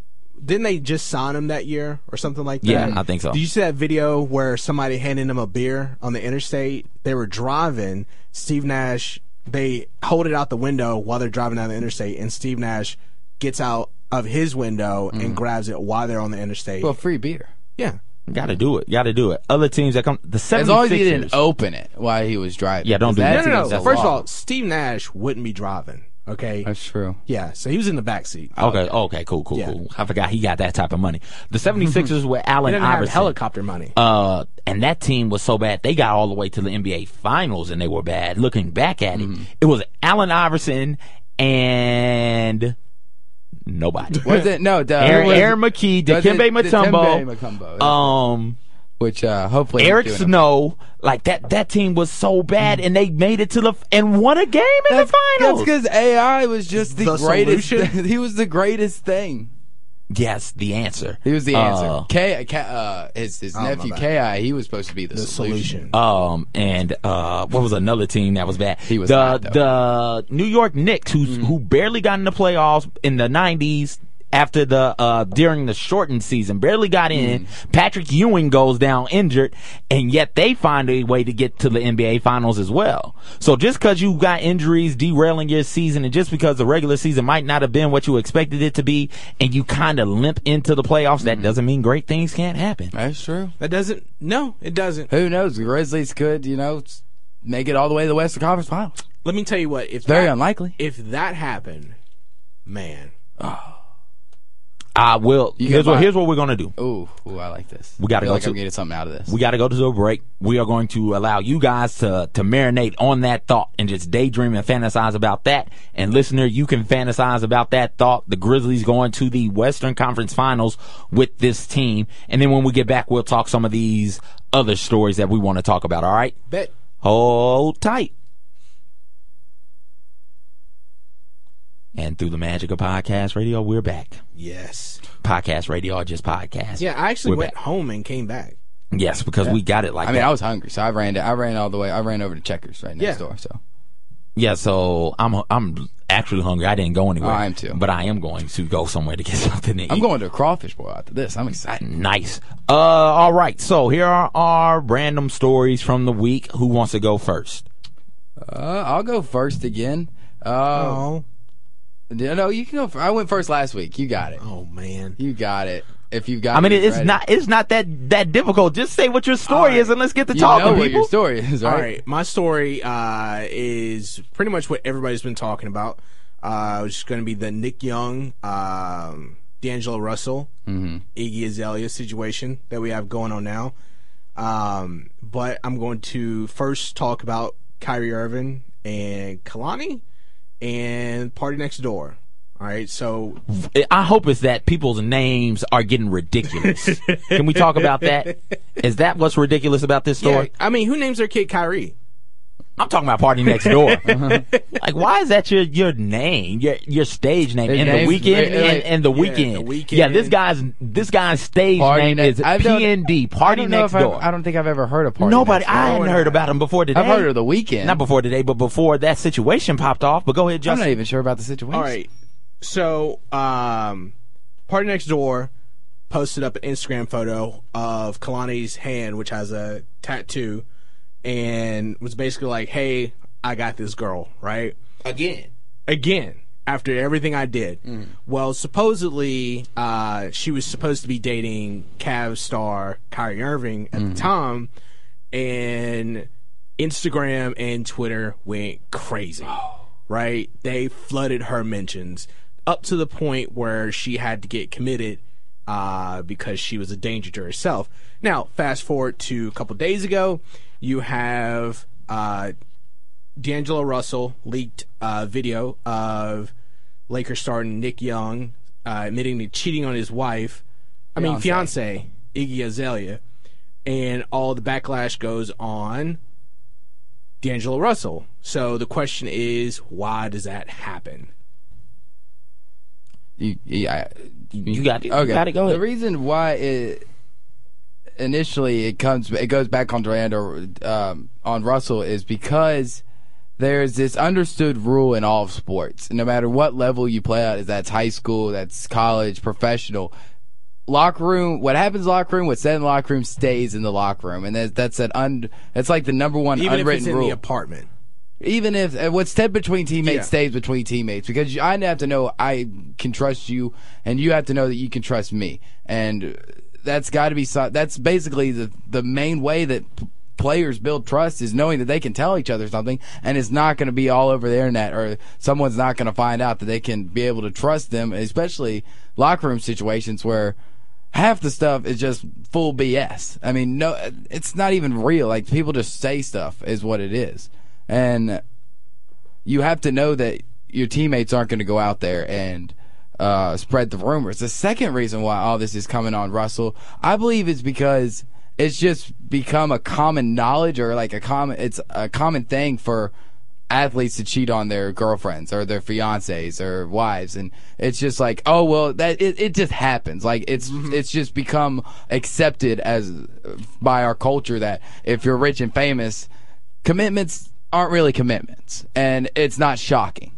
Speaker 4: Didn't they just sign him that year or something like that?
Speaker 2: Yeah, I think so.
Speaker 4: Did you see that video where somebody handed him a beer on the interstate? They were driving. Steve Nash, they hold it out the window while they're driving down the interstate, and Steve Nash gets out of his window and grabs it while they're on the interstate.
Speaker 3: Well, free beer.
Speaker 4: yeah.
Speaker 2: got to do it. Got to do it. Other teams that come the 76ers.
Speaker 3: As long as he didn't open it while he was driving.
Speaker 2: Yeah, don't do
Speaker 3: That
Speaker 2: that.
Speaker 4: No, no,
Speaker 3: team's
Speaker 4: no.
Speaker 3: a
Speaker 4: First of
Speaker 3: law.
Speaker 4: all, Steve Nash wouldn't be driving. Okay.
Speaker 3: that's true.
Speaker 4: Yeah. So he was in the back seat.
Speaker 2: Okay, okay, cool, cool,
Speaker 4: Yeah.
Speaker 2: cool. I forgot he got that type of money. The 76ers were Allen
Speaker 4: He didn't have
Speaker 2: Iverson.
Speaker 4: helicopter money.
Speaker 2: Uh, and that team was so bad they got all the way to the NBA Finals, and they were bad. Looking back at it,
Speaker 3: Mm-hmm.
Speaker 2: it was Allen Iverson and nobody.
Speaker 3: Was it no? The,
Speaker 2: Aaron,
Speaker 3: was-
Speaker 2: Aaron McKee,
Speaker 3: was Uh, it
Speaker 2: Dikembe
Speaker 3: Dikembe
Speaker 2: Mutombo,
Speaker 3: Mutombo,
Speaker 2: um,
Speaker 3: which uh, hopefully
Speaker 2: Eric
Speaker 3: he's doing
Speaker 2: Snow. Like that, that team was so bad, and they made it to the and won a game in
Speaker 3: Mm. That's
Speaker 2: the finals.
Speaker 3: because AI was just the,
Speaker 4: The
Speaker 3: greatest.
Speaker 4: solution?
Speaker 3: he was the greatest thing.
Speaker 2: Yes, the answer.
Speaker 3: He was the answer.
Speaker 2: Uh,
Speaker 3: K, K, uh, his his nephew
Speaker 4: bad.
Speaker 3: Ki, he was supposed to be the,
Speaker 4: the
Speaker 3: solution.
Speaker 4: solution.
Speaker 2: Um and uh, what was another team that was bad?
Speaker 3: He was Mm-hmm.
Speaker 2: the
Speaker 3: not,
Speaker 2: the New York Knicks, who who barely got in the playoffs in the '90s after the uh during the shortened season, barely got in.
Speaker 3: Mm-hmm.
Speaker 2: Patrick Ewing goes down injured, and yet they find a way to get to the NBA Finals as well. So just because you got injuries derailing your season, and just because the regular season might not have been what you expected it to be, and you kind of limp into the playoffs,
Speaker 3: Mm-hmm.
Speaker 2: that doesn't mean great things can't happen.
Speaker 3: That's true.
Speaker 4: That doesn't. No, it doesn't.
Speaker 3: Who knows? The Grizzlies could, you know, s- make it all the way to the Western Conference Finals.
Speaker 4: Let me tell you what. If
Speaker 3: Very
Speaker 4: that,
Speaker 3: unlikely.
Speaker 4: If that happened, man,
Speaker 2: I will.
Speaker 3: You
Speaker 2: Here's
Speaker 3: can
Speaker 2: what
Speaker 3: buy-
Speaker 2: here's what we're gonna do.
Speaker 3: Ooh, ooh, I like this.
Speaker 2: We gotta
Speaker 3: I feel
Speaker 2: go
Speaker 3: like
Speaker 2: to-
Speaker 3: I'm getting something out of this.
Speaker 2: We got to go to a break. We are going to allow you guys to to marinate on that thought and just daydream and fantasize about that. And listener, you can fantasize about that thought. The Grizzlies going to the Western Conference Finals with this team, and then when we get back, we'll talk some of these other stories that we want to talk about. All right,
Speaker 4: bet.
Speaker 2: hold tight. And through the magic of podcast radio, we're back.
Speaker 4: Yes.
Speaker 2: Podcast radio, or just podcast.
Speaker 4: Yeah, I actually
Speaker 2: We're
Speaker 4: went
Speaker 2: back.
Speaker 4: home and came back.
Speaker 2: Yes, because we got it like
Speaker 3: I mean,
Speaker 2: that.
Speaker 3: I was hungry, so I ran. To, I ran all the way. I ran over to Checkers right next
Speaker 4: Yeah.
Speaker 3: door. So
Speaker 2: Yeah, so I'm I'm actually hungry. I didn't go anywhere.
Speaker 3: Oh, I am too.
Speaker 2: But I am going to go somewhere to get something to eat.
Speaker 3: I'm going to a crawfish boil after this. I'm excited.
Speaker 2: Nice. Uh, all right. So here are our random stories from the week. Who wants to go first?
Speaker 3: Uh, I'll go first again. Uh,
Speaker 4: Oh,
Speaker 3: no, no, you can go. First. I went first last week. You got it.
Speaker 4: oh man.
Speaker 3: You got it. If you got,
Speaker 2: I mean,
Speaker 3: it,
Speaker 2: it's
Speaker 3: ready.
Speaker 2: not it's not that that difficult. Just say what your story is and let's get to
Speaker 3: You
Speaker 2: talking,
Speaker 3: know what
Speaker 2: people.
Speaker 3: your story is, right?
Speaker 4: All right, my story uh, is pretty much what everybody's been talking about. Uh, it's going to be the Nick Young, um, D'Angelo Russell, Iggy Azalea situation that we have going on now. Um, but I'm going to first talk about Kyrie Irving and Kalani and Party Next Door. All right, so
Speaker 2: I hope it's that people's names are getting ridiculous. Can we talk about that? Is that what's ridiculous about this
Speaker 4: yeah,
Speaker 2: story?
Speaker 4: I mean, who names their kid Kyrie?
Speaker 2: I'm talking about party next door. Uh-huh. Like, why is that your your name, your your stage name,
Speaker 3: His
Speaker 2: and the
Speaker 3: name's
Speaker 2: weekend,
Speaker 3: very-
Speaker 2: and, and the
Speaker 4: Yeah,
Speaker 2: weekend?
Speaker 4: The Weeknd.
Speaker 2: Yeah, this guy's this guy's stage
Speaker 3: Party
Speaker 2: name
Speaker 3: Ne-
Speaker 2: is
Speaker 3: I don't-
Speaker 2: PND.
Speaker 3: I
Speaker 2: Party
Speaker 3: don't know
Speaker 2: next
Speaker 3: if I've-
Speaker 2: door.
Speaker 3: I don't think I've ever heard of party.
Speaker 2: Nobody,
Speaker 3: Next Door.
Speaker 2: I hadn't heard about him before today.
Speaker 3: I've heard of the weekend.
Speaker 2: not before today, but before that situation popped off. But go ahead,
Speaker 3: I'm
Speaker 2: Justin.
Speaker 3: not even sure about the situation.
Speaker 4: All right. So, um, Party Next Door posted up an Instagram photo of Kalani's hand, which has a tattoo, and was basically like, hey, I got this girl, right?
Speaker 2: Again,
Speaker 4: Again, after everything I did. Well, supposedly, uh, she was supposed to be dating Cavs star Kyrie Irving at the time, and Instagram and Twitter went crazy right? They flooded her mentions up to the point where she had to get committed uh, because she was a danger to herself. Now, fast forward to a couple days ago, you have uh, D'Angelo Russell leaked uh, video of Lakers star Nick Young uh, admitting to cheating on his wife. I mean, fiance Iggy Azalea, and all the backlash goes on D'Angelo Russell. So the question is, why does that happen?
Speaker 3: You, yeah,
Speaker 2: you got it.
Speaker 3: okay.
Speaker 2: You got it. Go
Speaker 3: The
Speaker 2: ahead.
Speaker 3: reason why it initially it comes it goes back on Durant or um, on Russell is because there's this understood rule in all of sports. No matter what level you play at, is that's high school, that's college, professional. Locker room, what happens in the locker room, what's said in the locker room stays in the locker room, and that's that's an un. That's like the number one
Speaker 4: Even if
Speaker 3: unwritten
Speaker 4: it's in
Speaker 3: rule.
Speaker 4: the apartment.
Speaker 3: even if uh, what's said between teammates
Speaker 4: Yeah.
Speaker 3: stays between teammates because you- I have to know I can trust you and you have to know that you can trust me and that's got to be so, that's basically the the main way that p- players build trust is knowing that they can tell each other something and it's not going to be all over the internet or someone's not going to find out that they can be able to trust them especially locker room situations where half the stuff is just full BS. I mean, no, it's not even real. Like people just say stuff is what it is, and you have to know that your teammates aren't going to go out there and uh, spread the rumors. The second reason why all this is coming on Russell, I believe, is because it's just become a common knowledge or like a common it's a common thing for athletes to cheat on their girlfriends or their fiancées or wives and it's just like oh well that it, it just happens like it's it's just become accepted as by our culture that if you're rich and famous commitments aren't really commitments and it's not shocking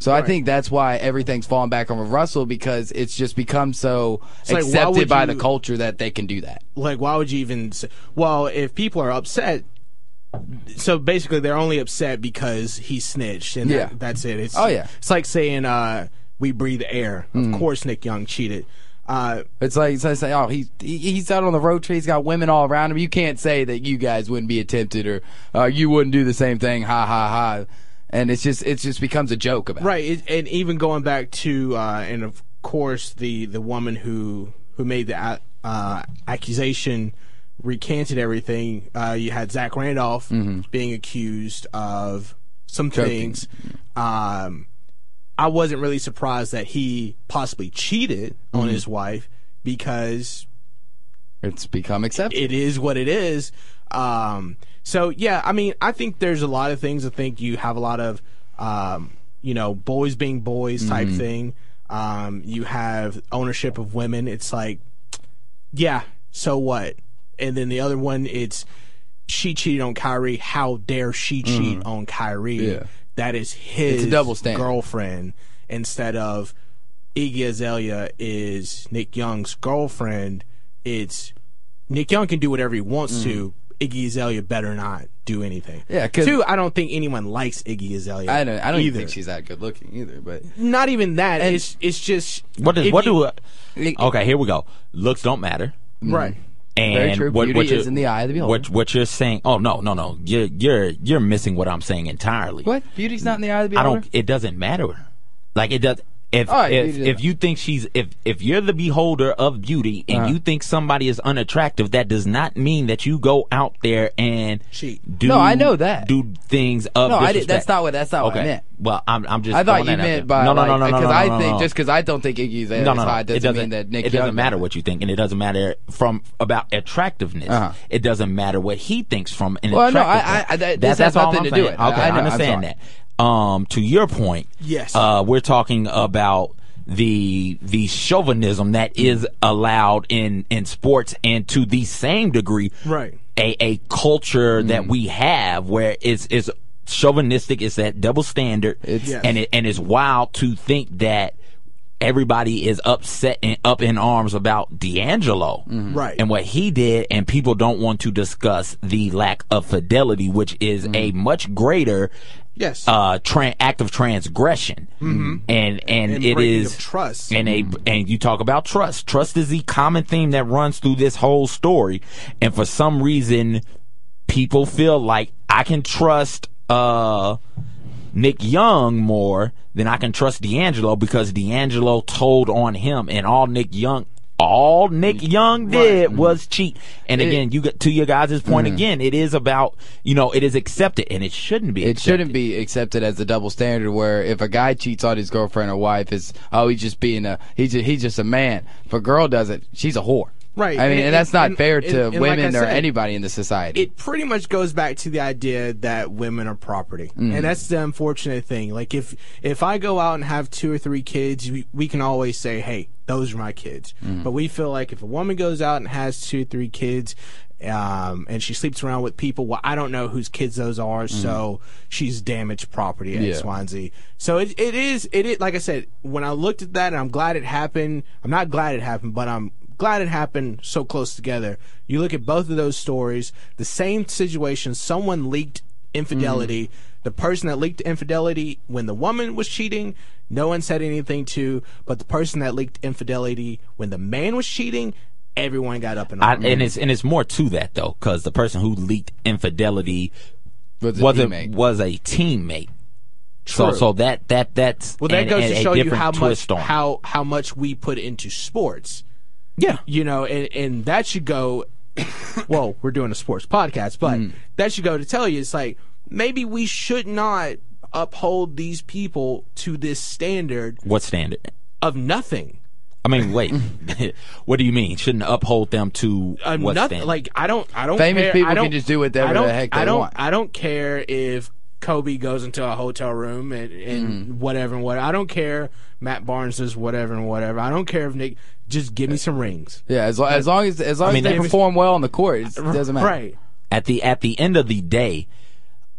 Speaker 3: so I think that's why everything's falling back on Russell because it's just become so
Speaker 4: like, why
Speaker 3: accepted
Speaker 4: would
Speaker 3: by
Speaker 4: you-
Speaker 3: the culture that they can do that.
Speaker 4: Like, why would you even? Say, well, if people are upset, so basically they're only upset because he snitched, and that-
Speaker 3: Yeah.
Speaker 4: that's it. It's,
Speaker 3: Oh, yeah. Hmm.
Speaker 4: it's like saying uh, we breathe air. Of course, Nick Young cheated. Uh,
Speaker 3: It's like, it's like saying, oh, he, he he's out on the road trip. He's got women all around him. You can't say that you guys wouldn't be tempted or uh, you wouldn't do the same thing. Ha ha ha. And it's just it just becomes a joke about. it.
Speaker 4: right it, and even going back to uh, and of course the the woman who who made the a- uh, accusation recanted everything uh, you had zach randolph being accused of some things um, i wasn't really surprised that he possibly cheated on his wife because
Speaker 3: It's become accepted.
Speaker 4: it is what it is. Um, so yeah, I mean, I think there's a lot of things. I think you have a lot of, um, you know, boys being boys type
Speaker 3: Mm-hmm.
Speaker 4: thing. Um, you have ownership of women. It's like, yeah, so what? And then the other one, it's she cheated on Kyrie. How dare she cheat on Kyrie?
Speaker 3: Mm. Yeah.
Speaker 4: that is his
Speaker 3: It's a double standard.
Speaker 4: girlfriend instead of Iggy Azalea is Nick Young's girlfriend. It's Nick Young can do whatever he wants to. Iggy Azalea better not do anything.
Speaker 3: Mm. Yeah, 'cause-
Speaker 4: Two, I don't think anyone likes Iggy Azalea.
Speaker 3: I don't. I don't even
Speaker 4: either.
Speaker 3: think she's that good looking either. But
Speaker 4: Not even that. it's it's just
Speaker 2: What does
Speaker 4: if
Speaker 2: what
Speaker 4: you-
Speaker 2: do? uh, okay, here we go. Looks don't matter.
Speaker 4: right?
Speaker 2: And
Speaker 3: Very true.
Speaker 2: What,
Speaker 3: Beauty
Speaker 2: what you're-
Speaker 3: is in the eye of the beholder.
Speaker 2: What what you're saying? Oh no no no! You're you're you're missing what I'm saying entirely.
Speaker 3: what? Beauty's not in the eye of the
Speaker 2: I
Speaker 3: beholder.
Speaker 2: don't. It doesn't matter. Like it does. If
Speaker 3: All right,
Speaker 2: if,
Speaker 3: you do
Speaker 2: if
Speaker 3: that.
Speaker 2: you think she's if if you're the beholder of beauty
Speaker 3: Uh-huh.
Speaker 2: and you think somebody is unattractive, that does not mean that you go out there and
Speaker 4: Cheat.
Speaker 2: Do,
Speaker 3: No, I know that.
Speaker 2: Do things of
Speaker 3: No, I
Speaker 2: disrespect.
Speaker 3: did- that's not what- that's not what I meant.
Speaker 2: Well, I'm I'm just.
Speaker 3: I
Speaker 2: throwing
Speaker 3: thought you
Speaker 2: that out there.
Speaker 3: meant by
Speaker 2: no no
Speaker 3: like,
Speaker 2: no no no
Speaker 3: because
Speaker 2: no,
Speaker 3: I
Speaker 2: no,
Speaker 3: think
Speaker 2: no.
Speaker 3: just because I don't think Iggy's
Speaker 2: No, no, no.
Speaker 3: high doesn't,
Speaker 2: it doesn't
Speaker 3: mean that Nick
Speaker 2: It doesn't
Speaker 3: Young-
Speaker 2: matter what you think, and it doesn't matter from about attractiveness.
Speaker 3: Uh-huh.
Speaker 2: It doesn't matter what he thinks from an
Speaker 3: Well, no, I-
Speaker 2: attractiveness.
Speaker 3: I- I- that- this has
Speaker 2: all
Speaker 3: nothing
Speaker 2: I'm
Speaker 3: to do
Speaker 2: saying.
Speaker 3: with it.
Speaker 2: Okay,
Speaker 3: I know, I'm
Speaker 2: understand
Speaker 3: sorry.
Speaker 2: that. Um, to your point,
Speaker 4: Yes.
Speaker 2: uh, we're talking about the the chauvinism that is allowed in in sports, and to the same degree,
Speaker 4: Right.
Speaker 2: a a culture
Speaker 4: Mm.
Speaker 2: that we have where it's it's chauvinistic, it's that double standard,
Speaker 3: It's-
Speaker 4: Yes.
Speaker 2: and it, and it's wild to think that everybody is upset and up in arms about D'Angelo
Speaker 4: Right.
Speaker 2: and what he did, and people don't want to discuss the lack of fidelity, which is a much greater
Speaker 4: Mm-hmm. Yes. Mm-hmm.
Speaker 2: uh tran act of transgression and and,
Speaker 4: And
Speaker 2: it
Speaker 4: breaking
Speaker 2: is
Speaker 4: of trust.
Speaker 2: and a and you talk about trust trust is the common theme that runs through this whole story and for some reason people feel like i can trust uh Nick Young more than I can trust D'Angelo because D'Angelo told on him, and all Nick Young, all Nick Young did was cheat. And again, you got to your guys' point again. It is about you know it is accepted, and it shouldn't be.
Speaker 3: It
Speaker 2: accepted.
Speaker 3: shouldn't be accepted as a double standard where if a guy cheats on his girlfriend or wife, it's oh he's just being a he's just, he's just a man. If a girl does it, she's a whore.
Speaker 4: Right,
Speaker 3: I mean,
Speaker 4: and-
Speaker 3: and, that's not
Speaker 4: and-
Speaker 3: fair
Speaker 4: and-
Speaker 3: to
Speaker 4: and like
Speaker 3: women
Speaker 4: I
Speaker 3: or
Speaker 4: said,
Speaker 3: anybody in the society.
Speaker 4: it pretty much goes back to the idea that women are property, and that's the unfortunate thing. Like if if I go out and have two or three kids, we, we can always say, "Hey, those are my kids." But we feel like if a woman goes out and has two or three kids, um, and she sleeps around with people, well, I don't know whose kids those are, so she's damaged property. X,
Speaker 3: Yeah.
Speaker 4: Y, and Z. So it it is it is like I said when I looked at that, and I'm glad it happened. I'm not glad it happened, but I'm glad it happened so close together. You look at both of those stories, the same situation. Someone leaked
Speaker 2: Mm.
Speaker 4: infidelity. The person that leaked infidelity when the woman was cheating, no one said anything to. But the person that leaked infidelity when the man was cheating, everyone got up in
Speaker 2: I,
Speaker 4: arms.
Speaker 2: and it's and it's more to that though, because the person who leaked infidelity
Speaker 3: was a
Speaker 2: was a
Speaker 3: teammate.
Speaker 2: was a teammate. So
Speaker 4: True.
Speaker 2: so that that that's
Speaker 4: well, that
Speaker 2: and-
Speaker 4: goes
Speaker 2: and
Speaker 4: to
Speaker 2: a
Speaker 4: show you
Speaker 2: different
Speaker 4: how much
Speaker 2: twist on it.
Speaker 4: how how much we put into sports.
Speaker 2: yeah
Speaker 4: you know, and, and that should go. well, we're doing a sports podcast, but
Speaker 3: Mm.
Speaker 4: that should go to tell you it's like maybe we should not uphold these people to this standard
Speaker 2: what standard?
Speaker 4: of nothing.
Speaker 2: I mean, wait, what do you mean? Shouldn't uphold them to
Speaker 4: Of
Speaker 2: what
Speaker 4: nothing.
Speaker 2: standard?
Speaker 4: Uh, Like I don't, I don't.
Speaker 3: Famous
Speaker 4: care.
Speaker 3: people
Speaker 4: I don't,
Speaker 3: can just do whatever
Speaker 4: I don't-
Speaker 3: the heck they
Speaker 4: I don't,
Speaker 3: want.
Speaker 4: I don't care if Kobe goes into a hotel room and, and
Speaker 3: Mm.
Speaker 4: whatever and what. I don't care. Matt Barnes does whatever and whatever. I don't care if Nick. Just give me some rings.
Speaker 3: yeah, as, lo- as long as as long
Speaker 2: mean,
Speaker 3: as they
Speaker 2: that-
Speaker 3: perform well on the court, it doesn't matter.
Speaker 4: Right.
Speaker 2: at the at the end of the day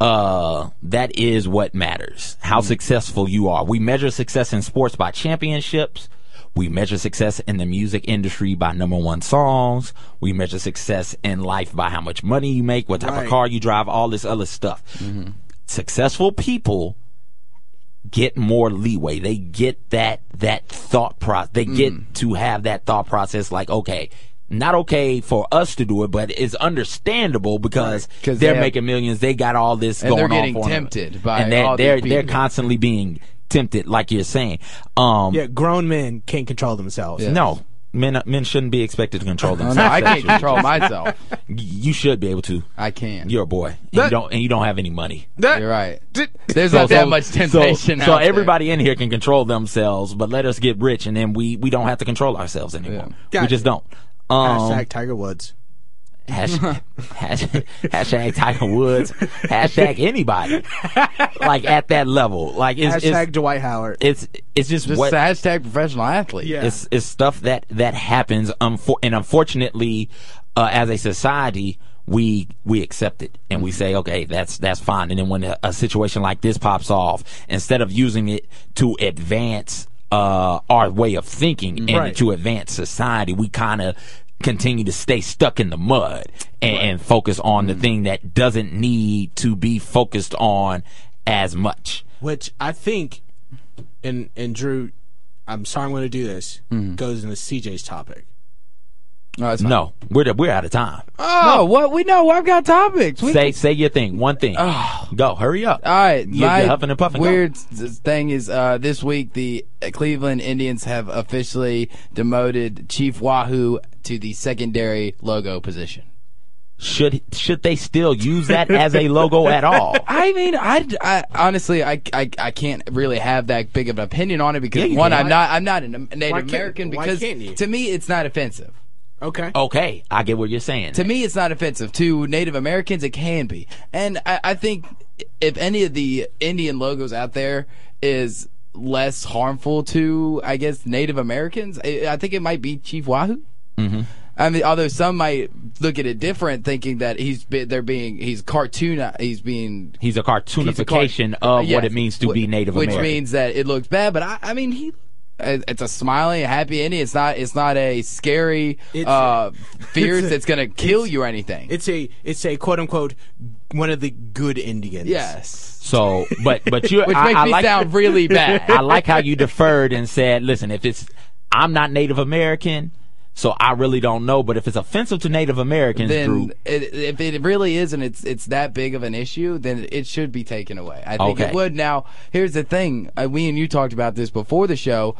Speaker 2: uh that is what matters how
Speaker 4: Mm-hmm.
Speaker 2: successful you are we measure success in sports by championships we measure success in the music industry by number one songs we measure success in life by how much money you make what type
Speaker 4: Right. Mm-hmm.
Speaker 2: of car you drive all this other stuff successful people get more leeway. They get that that thought process. They
Speaker 3: Mm.
Speaker 2: get to have that thought process. Like, okay, not okay for us to do it, but it's understandable because
Speaker 3: 'Cause
Speaker 2: they're
Speaker 3: they have-
Speaker 2: making millions. They got all this
Speaker 3: And
Speaker 2: going on
Speaker 3: they're getting
Speaker 2: for them.
Speaker 3: tempted by
Speaker 2: and they're
Speaker 3: all these
Speaker 2: they're
Speaker 3: people.
Speaker 2: they're constantly being tempted, like you're saying. Um,
Speaker 4: Yeah, grown men can't control themselves.
Speaker 3: Yeah.
Speaker 2: no. Men, men shouldn't be expected to control
Speaker 3: No,
Speaker 2: themselves.
Speaker 3: Oh, no, I can't
Speaker 2: sexually.
Speaker 3: control myself.
Speaker 2: You should be able to.
Speaker 3: I can.
Speaker 2: You're a boy, and you
Speaker 4: That-
Speaker 2: don't, and you don't have any money.
Speaker 3: You're right. There's not that much temptation.
Speaker 2: So, so
Speaker 3: out there.
Speaker 2: everybody in here can control themselves, but let us get rich, and then we we don't have to control ourselves anymore.
Speaker 4: Yeah.
Speaker 2: We just don't. Um,
Speaker 4: Hashtag Tiger Woods.
Speaker 2: hashtag, hashtag, hashtag Tiger Woods. Hashtag anybody. like at that level. Like it's
Speaker 4: Hashtag Dwight Howard.
Speaker 2: it's it's, it's just,
Speaker 3: just
Speaker 2: what
Speaker 3: the hashtag professional athlete.
Speaker 4: Yeah.
Speaker 2: it's um, it's stuff that that happens. Unfor- and unfortunately, uh, as a society, we we accept it and
Speaker 4: Mm-hmm.
Speaker 2: we say, okay, that's that's fine. And then when a, a situation like this pops off, instead of using it to advance uh, our way of thinking and
Speaker 4: Mm-hmm. Right.
Speaker 2: to advance society, we kind of continue to stay stuck in the mud and, and focus on
Speaker 4: Mm-hmm.
Speaker 2: the thing that doesn't need to be focused on as much.
Speaker 4: which I think, and and Drew, I'm sorry I'm going to do this. Goes into CJ's topic.
Speaker 3: No, it's fine.
Speaker 2: No, we're we're out of time.
Speaker 3: Oh, what we know? I've got topics. We
Speaker 2: say say your thing. One thing. Go. Hurry up.
Speaker 3: Ah. All right,
Speaker 2: You're-
Speaker 3: my
Speaker 2: you're huffing and puffing. Go.
Speaker 3: Weird th- thing is, uh, this week the Cleveland Indians have officially demoted Chief Wahoo to the secondary logo position.
Speaker 2: Should should they still use that as a logo at all?
Speaker 3: I mean, I, I- honestly, I, I, I can't really have that big of an opinion on it
Speaker 2: Yeah,
Speaker 3: because
Speaker 2: you
Speaker 3: one,
Speaker 2: can.
Speaker 3: I'm not I'm not a Native
Speaker 4: can't-
Speaker 3: American
Speaker 4: why
Speaker 3: because
Speaker 4: can't you?
Speaker 3: to me it's not offensive.
Speaker 4: Okay.
Speaker 2: Okay, I get what you're saying.
Speaker 3: To me, it's not offensive. To Native Americans, it can be. And I, I think if any of the Indian logos out there is less harmful to, I guess, Native Americans, I, I think it might be Chief Wahoo.
Speaker 2: Mm-hmm.
Speaker 3: I mean, although some might look at it different, thinking that he's be, they're being he's cartoon, he's being
Speaker 2: He's a
Speaker 3: he's a car-
Speaker 2: cartoonification of
Speaker 3: Yes.
Speaker 2: what it means to
Speaker 3: Wh-
Speaker 2: be Native
Speaker 3: which
Speaker 2: American.
Speaker 3: means that it looks bad. But I, I mean, he. it- It's a smiling, happy ending. It's not. It's not a scary,
Speaker 4: It's-
Speaker 3: uh, fierce
Speaker 4: it's a-
Speaker 3: that's gonna kill you or anything.
Speaker 4: It's a it's a quote unquote one of the good Indians.
Speaker 3: Yes.
Speaker 2: so, but but you,
Speaker 3: Which
Speaker 2: I,
Speaker 3: makes
Speaker 2: I
Speaker 3: me
Speaker 2: like
Speaker 3: sound really bad.
Speaker 2: I like how you deferred and said, "Listen, if it's I'm not Native American, so I really don't know. But if it's offensive to Native Americans, Drew,
Speaker 3: then it, if it really is and it's it's that big of an issue, then it should be taken away. I think
Speaker 2: Okay.
Speaker 3: it would. Now, here's the thing: uh, we and you talked about this before the show.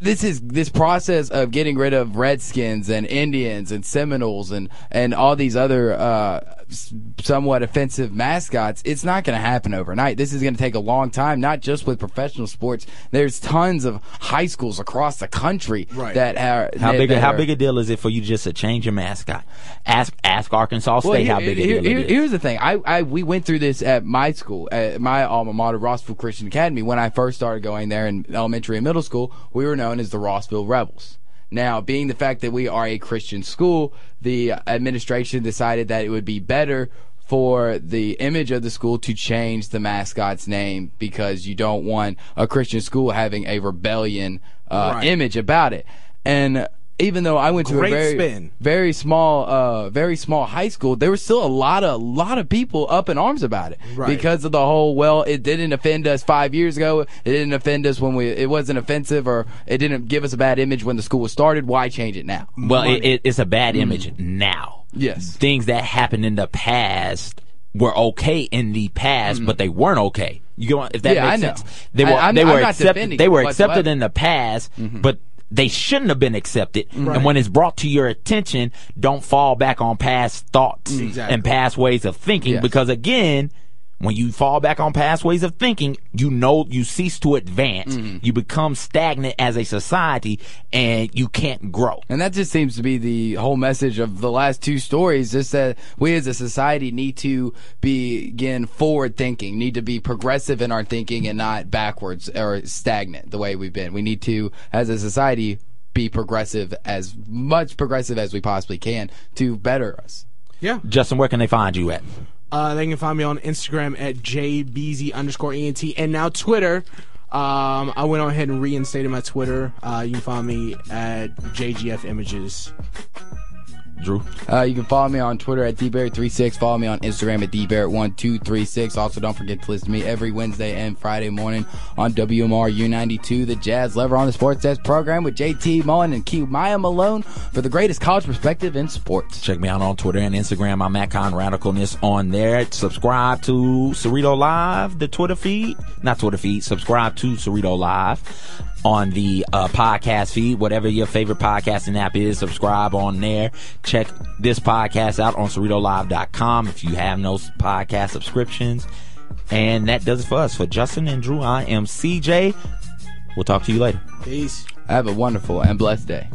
Speaker 3: This is this process of getting rid of Redskins and Indians and Seminoles and and all these other uh, s- somewhat offensive mascots. It's not going to happen overnight. This is going to take a long time. Not just with professional sports. There's tons of high schools across the country
Speaker 4: Right.
Speaker 3: that are
Speaker 2: how big a,
Speaker 3: that
Speaker 2: how
Speaker 3: are-
Speaker 2: big a deal is it for you just to change your mascot? Ask ask Arkansas State
Speaker 3: Well,
Speaker 2: how
Speaker 3: here-
Speaker 2: big a
Speaker 3: here-
Speaker 2: deal
Speaker 3: here-
Speaker 2: it is.
Speaker 3: Here's the thing. I, I we went through this at my school, at my alma mater, Rossville Christian Academy. When I first started going there in elementary and middle school, we were known as the Rossville Rebels. Now, being the fact that we are a Christian school, the administration decided that it would be better for the image of the school to change the mascot's name because you don't want a Christian school having a rebellion uh,
Speaker 4: Right.
Speaker 3: image about it. And even though I went to
Speaker 4: Great
Speaker 3: a very
Speaker 4: spin.
Speaker 3: very small uh very small high school there was still a lot of lot of people up in arms about it
Speaker 4: Right.
Speaker 3: because of the whole well it didn't offend us 5 years ago it didn't offend us when we it wasn't offensive or it didn't give us a bad image when the school was started why change it now
Speaker 2: Well, it, it, it's a bad image now.
Speaker 3: Mm. Yes.
Speaker 2: Things that happened in the past were okay in the past, but they weren't okay. You go on, if that
Speaker 3: Mm. Yeah,
Speaker 2: makes
Speaker 3: I know.
Speaker 2: sense. They
Speaker 3: I-
Speaker 2: were
Speaker 3: I'm-
Speaker 2: they
Speaker 3: I'm
Speaker 2: were
Speaker 3: not
Speaker 2: accepted.
Speaker 3: defending
Speaker 2: They were
Speaker 3: it Mm-hmm.
Speaker 2: accepted
Speaker 3: whatsoever.
Speaker 2: in the past, but they shouldn't have been accepted. And when it's brought to your attention, don't fall back on past thoughts
Speaker 4: Exactly.
Speaker 2: and past ways of thinking
Speaker 3: Mm. Yes.
Speaker 2: because again, when you fall back on past ways of thinking, you know you cease to advance.
Speaker 3: Mm.
Speaker 2: You become stagnant as a society and you can't grow.
Speaker 3: And that just seems to be the whole message of the last two stories. Just that we as a society need to begin forward thinking, need to be progressive in our thinking and not backwards or stagnant the way we've been. We need to, as a society, be progressive as much progressive as we possibly can to better us.
Speaker 4: Yeah.
Speaker 2: Justin, where can they find you at?
Speaker 4: Uh, they can find me on Instagram at jbz underscore ent and now Twitter. Um, I went on ahead and reinstated my Twitter. Uh, you can find me at JGF Images.
Speaker 2: Drew.
Speaker 3: Uh, you can follow me on Twitter at dbarrett36. Follow me on Instagram at dbarrett1236. Also, don't forget to listen to me every Wednesday and Friday morning on WMR U92, the Jazz Lever on the Sports Desk program with JT Mullen and Q Maya Malone for the greatest college perspective in sports.
Speaker 2: Check me out on Twitter and Instagram. I'm at Con Radicalness on there. Subscribe to Cerrito Live, the Twitter feed. Not Twitter feed. Subscribe to Cerrito Live on the uh, podcast feed, whatever your favorite podcasting app is. Subscribe on there. Check this podcast out on CerritoLive.com if you have no podcast subscriptions. And that does it for us. For Justin and Drew, I am CJ. We'll talk to you later.
Speaker 4: Peace.
Speaker 3: Have a wonderful and blessed day.